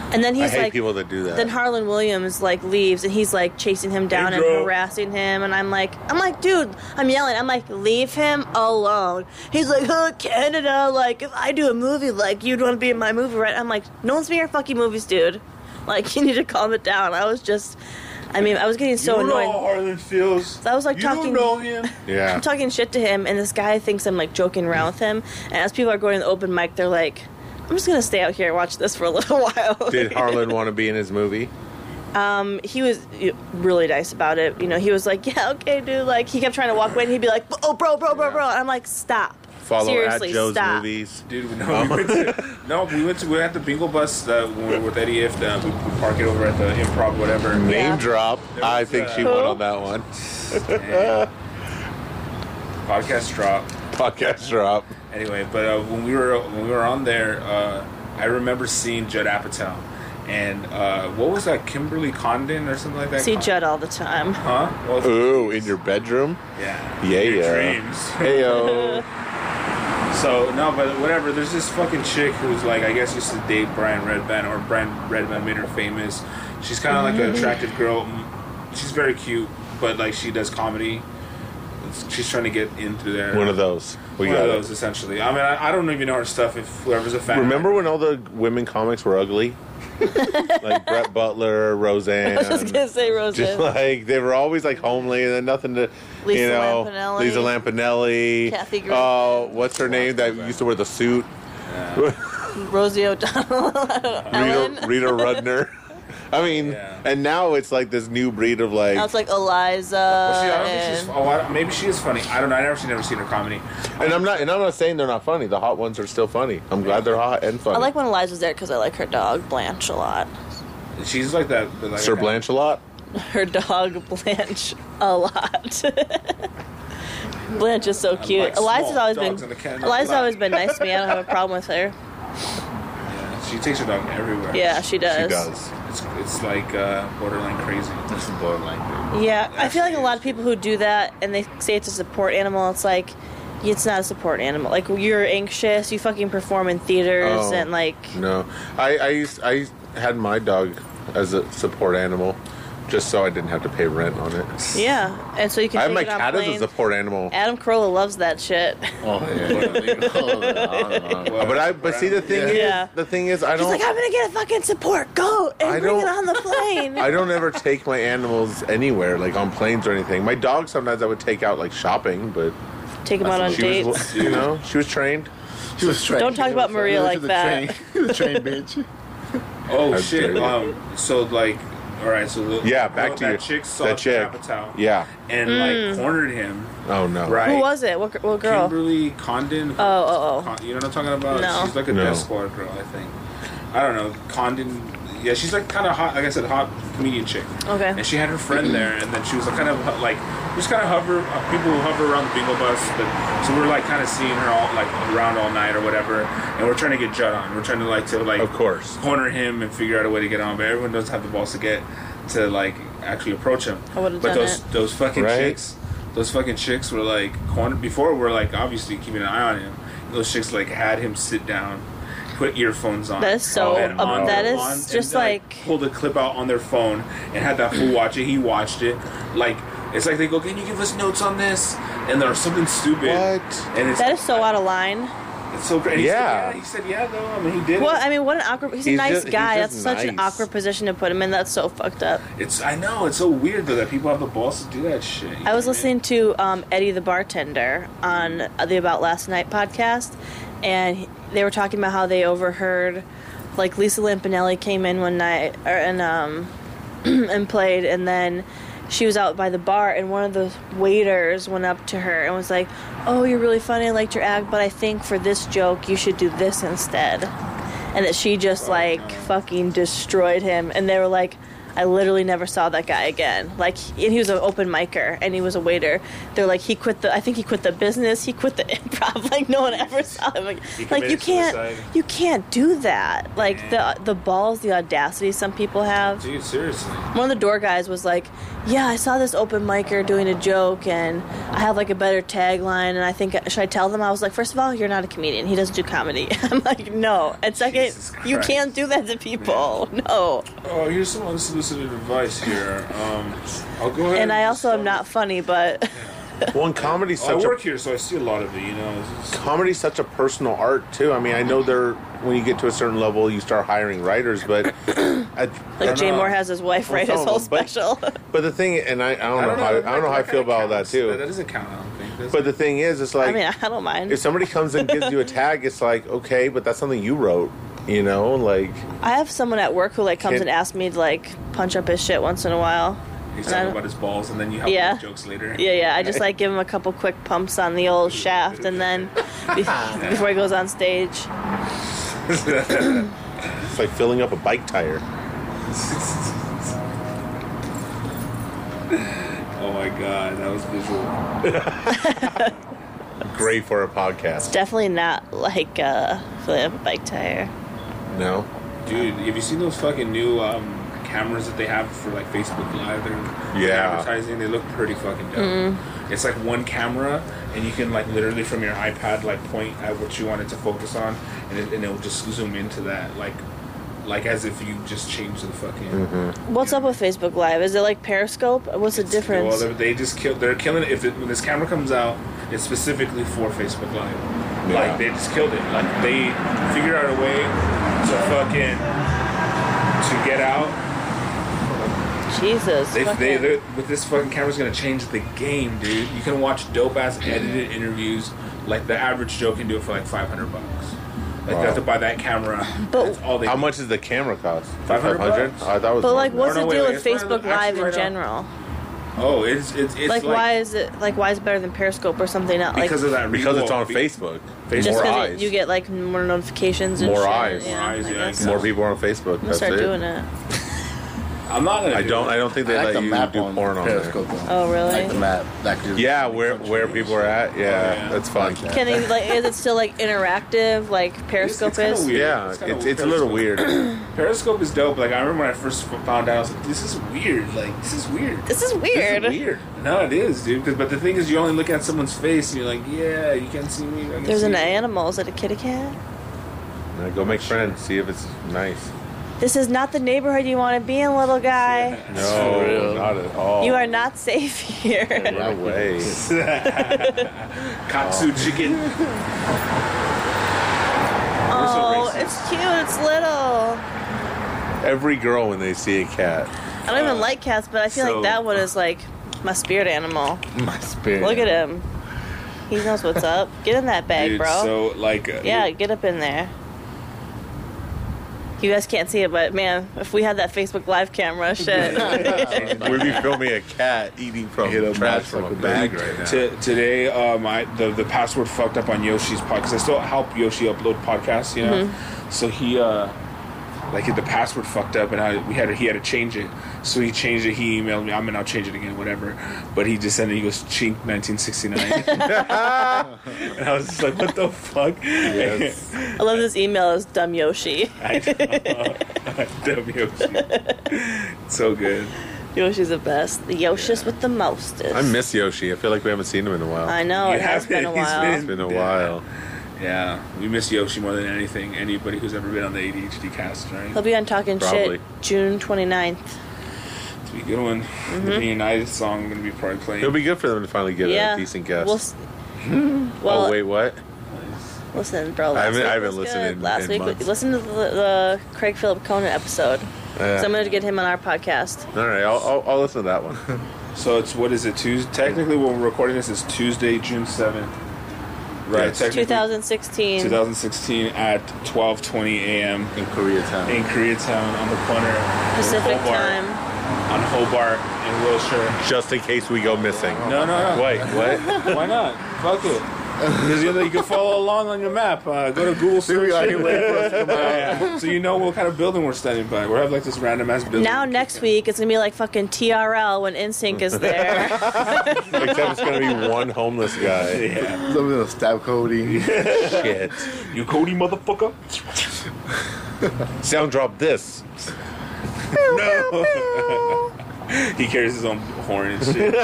[SPEAKER 4] and then
[SPEAKER 5] I
[SPEAKER 4] he's
[SPEAKER 5] hate
[SPEAKER 4] like
[SPEAKER 5] people that do that.
[SPEAKER 4] then Harlan Williams like leaves and he's like chasing him down and
[SPEAKER 2] bro.
[SPEAKER 4] harassing him and I'm like I'm like dude I'm yelling I'm like leave him alone he's like oh Canada like if I do a movie like you'd want to be in my movie right I'm like no one's being your fucking movies dude like you need to calm it down I was just I mean I was getting so
[SPEAKER 2] you
[SPEAKER 4] annoyed
[SPEAKER 2] know how Harlan feels.
[SPEAKER 4] I was, like,
[SPEAKER 2] you
[SPEAKER 4] talking-
[SPEAKER 2] don't know him.
[SPEAKER 5] yeah.
[SPEAKER 4] I'm talking shit to him, and this guy thinks I'm like joking around with him. And as people are going to the open mic, they're like, "I'm just gonna stay out here and watch this for a little while."
[SPEAKER 5] Did Harlan want to be in his movie?
[SPEAKER 4] Um, he was y- really nice about it. You know, he was like, "Yeah, okay, dude." Like he kept trying to walk away, and he'd be like, "Oh, bro, bro, bro, bro." And I'm like, "Stop."
[SPEAKER 5] Follow
[SPEAKER 4] Seriously,
[SPEAKER 5] at Joe's
[SPEAKER 4] stop.
[SPEAKER 5] movies.
[SPEAKER 2] Dude, we- no, we went to, no, we went to, we had the bingo bus uh, when we were with Eddie If, uh, we, we park it over at the improv, whatever.
[SPEAKER 4] Yeah.
[SPEAKER 5] Name drop.
[SPEAKER 2] There
[SPEAKER 5] I
[SPEAKER 2] was,
[SPEAKER 5] think
[SPEAKER 2] uh,
[SPEAKER 5] she
[SPEAKER 4] Who?
[SPEAKER 5] won on that one.
[SPEAKER 2] And podcast drop.
[SPEAKER 5] Podcast drop.
[SPEAKER 2] Anyway, but uh, when we were when we were on there, uh, I remember seeing Judd Apatow, and uh, what was that, Kimberly Condon or something like that?
[SPEAKER 4] See
[SPEAKER 2] Con-
[SPEAKER 4] Judd all the time.
[SPEAKER 2] Huh? What was-
[SPEAKER 5] Ooh, in your bedroom?
[SPEAKER 2] yeah.
[SPEAKER 5] Yeah,
[SPEAKER 2] Your
[SPEAKER 5] yeah.
[SPEAKER 2] Dreams.
[SPEAKER 5] Hey, yo.
[SPEAKER 2] So no, but whatever. There's this fucking chick who's like, I guess used to date Brian Redman, or Brian Redman made her famous. She's kind of like
[SPEAKER 4] Mm-hmm.
[SPEAKER 2] an attractive girl. Mm, She's very cute, but like she does comedy. It's- She's trying to get in through there.
[SPEAKER 5] One of those. We
[SPEAKER 2] One of
[SPEAKER 5] got
[SPEAKER 2] those,
[SPEAKER 5] it.
[SPEAKER 2] essentially. I mean, I, I don't even know her stuff. If whoever's a fan,
[SPEAKER 5] Remember when all the women comics were ugly? like Brett Butler, Roseanne.
[SPEAKER 4] I was gonna say
[SPEAKER 5] Just
[SPEAKER 4] Rosa,
[SPEAKER 5] like they were always like homely and then nothing to,
[SPEAKER 4] Lisa
[SPEAKER 5] you know,
[SPEAKER 4] Lampanelli.
[SPEAKER 5] Lisa Lampanelli.
[SPEAKER 4] Kathy Griffin.
[SPEAKER 5] Oh, what's her name that used to wear the suit?
[SPEAKER 4] Rosie O'Donnell, I don't know, Ellen.
[SPEAKER 5] Rita, Rita Rudner. I mean,
[SPEAKER 2] Yeah.
[SPEAKER 5] and now it's like this new breed of like,
[SPEAKER 4] I was like Eliza.
[SPEAKER 2] Well, she, I don't think she's,
[SPEAKER 4] and-
[SPEAKER 2] oh, I- maybe she is funny. I don't know. I never seen never seen her comedy.
[SPEAKER 5] and I'm not, and I'm not saying they're not funny. The hot ones are still funny. I'm glad they're hot and funny.
[SPEAKER 4] I like when Eliza's there because I like her dog Blanche a lot.
[SPEAKER 2] She's like that. Like
[SPEAKER 5] Sir Blanche a lot.
[SPEAKER 4] Her dog Blanche a lot. Blanche is so cute.
[SPEAKER 2] like small
[SPEAKER 4] Eliza's always been
[SPEAKER 2] dogs in the Canada
[SPEAKER 4] Eliza's
[SPEAKER 2] lab.
[SPEAKER 4] always been nice to me. I don't have a problem with her.
[SPEAKER 2] She takes her dog everywhere.
[SPEAKER 4] Yeah, she does.
[SPEAKER 5] She does.
[SPEAKER 2] It's, it's like uh, borderline crazy.
[SPEAKER 6] That's borderline.
[SPEAKER 4] Yeah, I
[SPEAKER 2] Yeah,
[SPEAKER 4] feel like
[SPEAKER 2] she
[SPEAKER 4] a lot of people who do that and they say it's a support animal. It's like it's not a support animal. Like you're anxious, you fucking perform in theaters
[SPEAKER 5] Oh.
[SPEAKER 4] and like
[SPEAKER 5] No, I I, used, I had my dog as a support animal, just so I didn't have to pay rent on it.
[SPEAKER 4] yeah. And so you can
[SPEAKER 5] I have
[SPEAKER 4] take
[SPEAKER 5] my
[SPEAKER 4] it on
[SPEAKER 5] cat as a
[SPEAKER 4] planes.
[SPEAKER 5] support animal.
[SPEAKER 4] Adam Carolla loves that shit.
[SPEAKER 6] Oh yeah. Oh, yeah.
[SPEAKER 2] Well,
[SPEAKER 5] Uh, But I but see the thing
[SPEAKER 4] Yeah.
[SPEAKER 5] is the thing is I
[SPEAKER 4] He's
[SPEAKER 5] don't
[SPEAKER 4] like, I'm gonna get a fucking support goat and
[SPEAKER 5] I
[SPEAKER 4] bring it
[SPEAKER 5] don't-
[SPEAKER 4] on the plane.
[SPEAKER 5] I don't ever take my animals anywhere like on planes or anything. My dog sometimes I would take out like shopping, but
[SPEAKER 4] Take him out on
[SPEAKER 5] she
[SPEAKER 4] dates.
[SPEAKER 5] was you know she was trained.
[SPEAKER 6] She was trained.
[SPEAKER 4] Don't talk about Maria
[SPEAKER 6] She was
[SPEAKER 4] like
[SPEAKER 6] the
[SPEAKER 4] that.
[SPEAKER 6] Train. She was a trained bitch.
[SPEAKER 2] Oh
[SPEAKER 5] How dare
[SPEAKER 2] shit!
[SPEAKER 5] you.
[SPEAKER 2] Um, so like, all right. So the,
[SPEAKER 5] Yeah, back
[SPEAKER 2] that
[SPEAKER 5] to your-
[SPEAKER 2] chick saw
[SPEAKER 5] that chick.
[SPEAKER 2] Apatow
[SPEAKER 5] Yeah.
[SPEAKER 2] and like cornered him.
[SPEAKER 5] Oh no.
[SPEAKER 2] Right.
[SPEAKER 4] Who was it? What, gr- what Mm. girl?
[SPEAKER 2] Kimberly Condon.
[SPEAKER 4] Oh, oh, oh.
[SPEAKER 2] Con- you know what I'm talking about?
[SPEAKER 4] No.
[SPEAKER 2] She's like a
[SPEAKER 5] No.
[SPEAKER 2] Death Squad girl, I think. I don't know. Condon. Yeah, she's like kind of hot. Like I said, hot comedian chick.
[SPEAKER 4] Okay.
[SPEAKER 2] And she had her friend there, and then she was kind of like, just kind of hover. uh, People who hover around the bingo bus, but so we are like kind of seeing her all like around all night or whatever. And we're trying to get Judd on. We're trying to like to like
[SPEAKER 5] Of course.
[SPEAKER 2] corner him and figure out a way to get on. But everyone does have the balls to get to like actually approach him.
[SPEAKER 4] I would've
[SPEAKER 2] but
[SPEAKER 4] done
[SPEAKER 2] those
[SPEAKER 4] it.
[SPEAKER 2] those fucking
[SPEAKER 5] Right?
[SPEAKER 2] chicks, those fucking chicks were like corner before we're like obviously keeping an eye on him. Those chicks like had him sit down, put earphones on.
[SPEAKER 4] That is so
[SPEAKER 2] and
[SPEAKER 4] ab- that is
[SPEAKER 2] and
[SPEAKER 4] just
[SPEAKER 2] they,
[SPEAKER 4] like-
[SPEAKER 2] pulled a clip out on their phone and had that fool watch it. He watched it like. It's like they go, can you give us notes on this? And there's something stupid.
[SPEAKER 5] What?
[SPEAKER 2] And it's,
[SPEAKER 4] That is so out of line.
[SPEAKER 2] it's so great.
[SPEAKER 5] Yeah.
[SPEAKER 2] He said, yeah, he said, yeah, though. I mean, he did.
[SPEAKER 4] Well,
[SPEAKER 2] it.
[SPEAKER 4] I mean, what an awkward. He's, a
[SPEAKER 5] He's
[SPEAKER 4] nice
[SPEAKER 5] just- he's
[SPEAKER 4] guy.
[SPEAKER 5] just
[SPEAKER 4] That's such an
[SPEAKER 5] nice.
[SPEAKER 4] awkward position to put him in. That's so fucked up.
[SPEAKER 2] It's I know it's so weird though that people have the balls to do that shit.
[SPEAKER 4] I was listening to um, Eddie the bartender on the About Last Night podcast, and he- they were talking about how they overheard, like Lisa Lampanelli came in one night or, and um, and played, and then she was out by the bar, and one of the waiters went up to her and was like, "Oh, you're really funny. I liked your act, but I think for this joke, you should do this instead." And that she just like fucking destroyed him, and they were like. I literally never saw that guy again. Like, and he was an open micer and he was a waiter. They're like, he quit the. I think he quit the business. He quit the improv. Like, no one ever saw him. Like,
[SPEAKER 2] He
[SPEAKER 4] like you
[SPEAKER 2] committed
[SPEAKER 4] can't,
[SPEAKER 2] suicide.
[SPEAKER 4] you can't do that. Like the the balls, the audacity some people have.
[SPEAKER 2] dude, seriously.
[SPEAKER 4] One of the door guys was like, "Yeah, I saw this open micer doing a joke, and I have like a better tagline, and I think should I tell them?" I was like, first of all, you're not a comedian. He doesn't do comedy." I'm like, "No." And second,
[SPEAKER 2] Jesus
[SPEAKER 4] you
[SPEAKER 2] Christ.
[SPEAKER 4] can't do that to people. No.
[SPEAKER 2] Oh, here's some unsolicited advice here. Um, I'll go ahead.
[SPEAKER 4] And I
[SPEAKER 2] just
[SPEAKER 4] also
[SPEAKER 2] tell-
[SPEAKER 4] am not funny, but
[SPEAKER 5] Well, and comedy's
[SPEAKER 2] Oh, I
[SPEAKER 5] such a
[SPEAKER 2] work here, so I see a lot of it. You know, It's- it's-
[SPEAKER 5] comedy's such a personal art too. I mean, I know they're when you get to a certain level, you start hiring writers, but I,
[SPEAKER 4] like Jay
[SPEAKER 5] know.
[SPEAKER 4] Moore has his wife
[SPEAKER 5] Well,
[SPEAKER 4] write
[SPEAKER 5] some
[SPEAKER 4] his
[SPEAKER 5] of
[SPEAKER 4] whole
[SPEAKER 5] them, but-
[SPEAKER 4] special.
[SPEAKER 5] But the thing, and I, I don't know, how I, I don't know how I
[SPEAKER 2] that
[SPEAKER 5] feel
[SPEAKER 2] kinda
[SPEAKER 5] about all that
[SPEAKER 2] counts. That
[SPEAKER 5] too.
[SPEAKER 2] doesn't count. I don't think. That's-
[SPEAKER 5] But the thing is, it's like
[SPEAKER 4] I mean, I don't mind.
[SPEAKER 5] if somebody comes and gives you a tag, it's like okay, but that's something you wrote, you know, like
[SPEAKER 4] I have someone at work who like comes
[SPEAKER 5] Kid-
[SPEAKER 4] and asks me to like punch up his shit once in a while.
[SPEAKER 2] he's
[SPEAKER 4] I
[SPEAKER 2] talking
[SPEAKER 4] don't-
[SPEAKER 2] about his balls, and then you have
[SPEAKER 4] Yeah.
[SPEAKER 2] yeah. jokes later.
[SPEAKER 4] Yeah, yeah. I just like give him a couple quick pumps on the old shaft, and then be- before he goes on stage,
[SPEAKER 5] it's like filling up a bike tire.
[SPEAKER 2] oh my god, that was visual.
[SPEAKER 5] Great for a podcast.
[SPEAKER 4] definitely not like uh, filling up a bike tire.
[SPEAKER 5] No,
[SPEAKER 2] Dude, have you seen those fucking new um, cameras that they have for like Facebook Live? They're they're
[SPEAKER 5] Yeah.
[SPEAKER 2] advertising. They look pretty fucking dope.
[SPEAKER 4] Mm-hmm.
[SPEAKER 2] It's like one camera, and you can like literally from your iPad like point at what you want it to focus on, and it and it'll just zoom into that like like as if you just changed the fucking.
[SPEAKER 5] Mm-hmm.
[SPEAKER 4] What's up with Facebook Live? Is it like Periscope? What's the
[SPEAKER 2] Well,
[SPEAKER 4] difference?
[SPEAKER 2] they're- they just kill. They're killing it. If it, when this camera comes out, it's specifically for Facebook Live.
[SPEAKER 5] Yeah.
[SPEAKER 2] Like they just killed it. Like they figured out a way to fucking to get out
[SPEAKER 4] Jesus.
[SPEAKER 2] They,
[SPEAKER 4] fucking-
[SPEAKER 2] they, they're- with this fucking camera's gonna change the game, dude. You can watch dope ass edited interviews. Like the average Joe can do it for like five hundred bucks. Like
[SPEAKER 5] Wow.
[SPEAKER 2] you have to buy that camera.
[SPEAKER 4] But-
[SPEAKER 2] That's all they.
[SPEAKER 5] how much does the camera cost?
[SPEAKER 2] 500
[SPEAKER 5] 500?
[SPEAKER 2] bucks.
[SPEAKER 5] I thought it was.
[SPEAKER 4] but
[SPEAKER 5] more
[SPEAKER 4] like,
[SPEAKER 5] than that.
[SPEAKER 4] what's
[SPEAKER 2] no,
[SPEAKER 4] the
[SPEAKER 2] wait,
[SPEAKER 4] deal
[SPEAKER 2] wait,
[SPEAKER 4] with
[SPEAKER 2] it's not-
[SPEAKER 4] Facebook Live
[SPEAKER 2] actually
[SPEAKER 4] in
[SPEAKER 2] right now-
[SPEAKER 4] general?
[SPEAKER 2] Oh, it's it's, it's
[SPEAKER 4] Like, why is it like why is it better than Periscope or something else? Like,
[SPEAKER 2] because of that
[SPEAKER 5] because it's
[SPEAKER 2] rewall.
[SPEAKER 5] on Facebook.
[SPEAKER 2] Just
[SPEAKER 4] just
[SPEAKER 5] More
[SPEAKER 4] because
[SPEAKER 5] eyes.
[SPEAKER 4] you get like more notifications and
[SPEAKER 5] More
[SPEAKER 4] shit.
[SPEAKER 5] eyes.
[SPEAKER 4] Yeah,
[SPEAKER 2] More eyes,
[SPEAKER 4] I
[SPEAKER 2] yeah,
[SPEAKER 4] guess.
[SPEAKER 2] exactly.
[SPEAKER 5] More people are on
[SPEAKER 4] I'm
[SPEAKER 5] Facebook.
[SPEAKER 4] gonna
[SPEAKER 5] That's
[SPEAKER 4] start
[SPEAKER 5] it.
[SPEAKER 4] doing it.
[SPEAKER 2] I'm not gonna.
[SPEAKER 5] I
[SPEAKER 2] do
[SPEAKER 5] don't.
[SPEAKER 2] it.
[SPEAKER 5] I don't think
[SPEAKER 6] I
[SPEAKER 5] they
[SPEAKER 6] like
[SPEAKER 5] let
[SPEAKER 6] the
[SPEAKER 5] you
[SPEAKER 6] map
[SPEAKER 5] do
[SPEAKER 6] on
[SPEAKER 5] porn on there.
[SPEAKER 6] Periscope. though.
[SPEAKER 4] Oh, really?
[SPEAKER 6] Like the map. That could-
[SPEAKER 5] Yeah, where where people are at. Yeah,
[SPEAKER 2] yeah.
[SPEAKER 5] that's fun.
[SPEAKER 6] Like that.
[SPEAKER 4] Can they like? Is it still like interactive, like Periscope
[SPEAKER 2] kinda
[SPEAKER 4] is?
[SPEAKER 2] weird.
[SPEAKER 5] Yeah,
[SPEAKER 2] It's
[SPEAKER 5] it's,
[SPEAKER 2] kinda
[SPEAKER 5] it's, a little weird.
[SPEAKER 2] Periscope is dope. Like I remember when I first found out, I was like, "This is weird. Like this is weird.
[SPEAKER 4] This is weird.
[SPEAKER 2] This is weird. No, it is, dude. 'Cause- But the thing is, you only look at someone's face, and you're like, "Yeah, you can't see me." I can
[SPEAKER 4] There's
[SPEAKER 2] see
[SPEAKER 4] an
[SPEAKER 2] you."
[SPEAKER 4] animal. Is it a kitty cat?
[SPEAKER 5] Now go make friends, see if it's nice.
[SPEAKER 4] This is not the neighborhood you want to be in, little guy.
[SPEAKER 5] No,
[SPEAKER 6] For real.
[SPEAKER 5] not at all.
[SPEAKER 4] You are not safe here.
[SPEAKER 5] No way.
[SPEAKER 2] Katsu chicken.
[SPEAKER 4] Oh,
[SPEAKER 2] racist.
[SPEAKER 4] it's cute. It's little.
[SPEAKER 5] Every girl when they see a cat.
[SPEAKER 4] I don't even like cats, but I feel
[SPEAKER 2] so-
[SPEAKER 4] like that one is like my spirit animal.
[SPEAKER 6] My spirit.
[SPEAKER 4] Look at him. He knows what's up. Get in that bag,
[SPEAKER 2] Dude,
[SPEAKER 4] bro.
[SPEAKER 2] So like, uh,
[SPEAKER 4] yeah, get up in there. You guys can't see it, but man, if we had that Facebook Live camera, shit.
[SPEAKER 5] We'd be filming a cat eating from
[SPEAKER 6] Hit a
[SPEAKER 5] trash from a
[SPEAKER 6] motorcycle
[SPEAKER 5] bag
[SPEAKER 6] bag.
[SPEAKER 5] right now.
[SPEAKER 2] T- today, um, I, the the password fucked up on Yoshi's podcast. I still help Yoshi upload podcasts, you know. So he, uh, like, the password fucked up, and I, we had to, he had to change it. So he changed it. He emailed me. I mean, I'll change it again, whatever. But he just sent it. He goes, "Chink 1969," and I was just like, "What the fuck?"
[SPEAKER 6] Yes.
[SPEAKER 4] I love this email. Is dumb Yoshi.
[SPEAKER 2] I know. Damn Yoshi, so good.
[SPEAKER 4] Yoshi's the best. The Yoshis with the most is.
[SPEAKER 5] I miss Yoshi. I feel like we haven't seen him in a while.
[SPEAKER 4] I know
[SPEAKER 2] You
[SPEAKER 4] it has
[SPEAKER 2] have
[SPEAKER 4] been
[SPEAKER 2] it.
[SPEAKER 4] a
[SPEAKER 2] He's
[SPEAKER 4] while.
[SPEAKER 5] It's been a
[SPEAKER 2] Yeah.
[SPEAKER 5] while.
[SPEAKER 2] Yeah, we miss Yoshi more than anything. Anybody who's ever been on the ADHD cast, right?
[SPEAKER 4] He'll be on Talking
[SPEAKER 5] Probably.
[SPEAKER 4] Shit June 29th.
[SPEAKER 2] It's gonna be a good one. The
[SPEAKER 4] Mm-hmm.
[SPEAKER 2] United song I'm gonna be probably playing.
[SPEAKER 5] It'll be good for them to finally get
[SPEAKER 4] yeah.
[SPEAKER 5] a decent guest.
[SPEAKER 4] We'll, s- well,
[SPEAKER 5] oh wait, what?
[SPEAKER 4] listen, bro. Last
[SPEAKER 5] I haven't-
[SPEAKER 4] week
[SPEAKER 5] I haven't
[SPEAKER 4] was
[SPEAKER 5] listened
[SPEAKER 4] good.
[SPEAKER 5] in-
[SPEAKER 4] Last
[SPEAKER 5] in
[SPEAKER 4] week, we-
[SPEAKER 5] months.
[SPEAKER 4] listen to the, the Craig Philip Conan episode.
[SPEAKER 5] Yeah.
[SPEAKER 4] So I'm going to get him on our podcast.
[SPEAKER 5] All right, I'll, I'll, I'll listen to that one.
[SPEAKER 2] so it's what is it? Tuesday. Technically, when we're recording this, it's Tuesday, June seventh. Right.
[SPEAKER 5] Yes.
[SPEAKER 2] technically,
[SPEAKER 4] 2016.
[SPEAKER 2] 2016 at 12:20 a.m.
[SPEAKER 6] In Koreatown.
[SPEAKER 2] in Koreatown on the corner of
[SPEAKER 4] Pacific
[SPEAKER 2] Hobart,
[SPEAKER 4] time.
[SPEAKER 2] on Hobart and Wilshire.
[SPEAKER 5] Just in case we go missing.
[SPEAKER 2] No, no, no.
[SPEAKER 5] Wait, what?
[SPEAKER 2] Why not? Fuck it. 'Cause you know, you can follow along on your map. Uh, go to Google
[SPEAKER 6] Here
[SPEAKER 2] search.
[SPEAKER 6] we are,
[SPEAKER 2] it.
[SPEAKER 6] here waiting for us to come out.
[SPEAKER 2] Yeah. So you know what kind of building we're standing by. We have like this random ass building.
[SPEAKER 4] Now next week it's gonna be like fucking TRL when NSYNC is there.
[SPEAKER 5] Except it's gonna be one homeless guy.
[SPEAKER 2] Yeah.
[SPEAKER 6] Somebody's gonna stab Cody.
[SPEAKER 5] Shit.
[SPEAKER 2] You Cody motherfucker.
[SPEAKER 5] Sound drop this.
[SPEAKER 2] No. he carries his own horn and shit.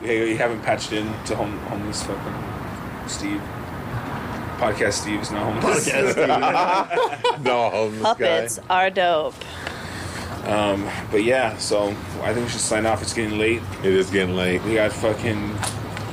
[SPEAKER 2] hey, you haven't patched in to home, homeless fucking Steve. Podcast Steve is not homeless.
[SPEAKER 5] No homeless
[SPEAKER 4] Puppets
[SPEAKER 5] guy.
[SPEAKER 4] are dope.
[SPEAKER 2] but yeah, so I think we should sign off. It's getting late.
[SPEAKER 5] It is getting late.
[SPEAKER 2] We got fucking.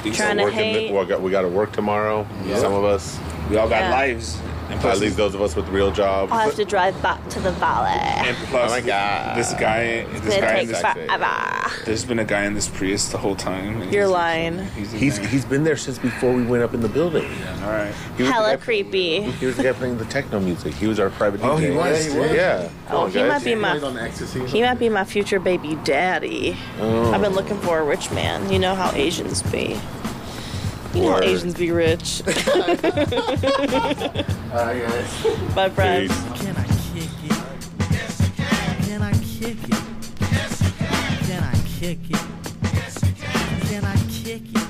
[SPEAKER 2] things
[SPEAKER 4] Trying
[SPEAKER 2] to
[SPEAKER 4] to
[SPEAKER 2] work.
[SPEAKER 5] Working
[SPEAKER 4] hate.
[SPEAKER 5] we got we got to work tomorrow.
[SPEAKER 2] Yeah.
[SPEAKER 5] Some of us,
[SPEAKER 2] We all got
[SPEAKER 4] Yeah.
[SPEAKER 2] lives. And
[SPEAKER 5] at
[SPEAKER 2] plus,
[SPEAKER 5] least those of us with real jobs.
[SPEAKER 4] I'll have to drive back to the valley.
[SPEAKER 2] and plus
[SPEAKER 5] Oh my God.
[SPEAKER 2] this guy,
[SPEAKER 4] It's
[SPEAKER 2] this
[SPEAKER 4] gonna
[SPEAKER 2] guy, in
[SPEAKER 4] take
[SPEAKER 2] this,
[SPEAKER 5] fa- actually-
[SPEAKER 4] forever.
[SPEAKER 2] there's been a guy in this Prius the whole time. and
[SPEAKER 4] You're
[SPEAKER 2] he's-
[SPEAKER 4] lying.
[SPEAKER 2] He's,
[SPEAKER 5] He's he's been there since before we went up in the building.
[SPEAKER 2] all right.
[SPEAKER 5] He was the
[SPEAKER 4] Hella
[SPEAKER 5] guy-
[SPEAKER 4] creepy.
[SPEAKER 5] He was the guy playing the techno music. He was our private DJ.
[SPEAKER 6] Oh, he was,
[SPEAKER 5] Yeah.
[SPEAKER 6] dude.
[SPEAKER 5] yeah. Come
[SPEAKER 4] Oh,
[SPEAKER 5] on,
[SPEAKER 4] he
[SPEAKER 5] guys.
[SPEAKER 4] might be
[SPEAKER 6] He's
[SPEAKER 4] my
[SPEAKER 6] on ecstasy.
[SPEAKER 4] he might be my future baby daddy. I've been looking for a rich man. You know how Asians be. You know how
[SPEAKER 5] Word.
[SPEAKER 4] Asians be rich.
[SPEAKER 6] Alright, guys.
[SPEAKER 4] my friends.
[SPEAKER 5] Peace.
[SPEAKER 1] Can I kick it? Can I kick it? Can I kick it? Can I kick it? Can I kick it?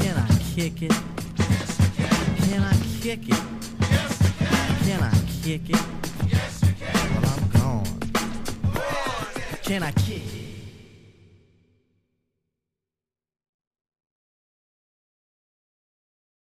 [SPEAKER 1] Can I kick it? Can I kick it? Well, I'm gone. Can I kick it?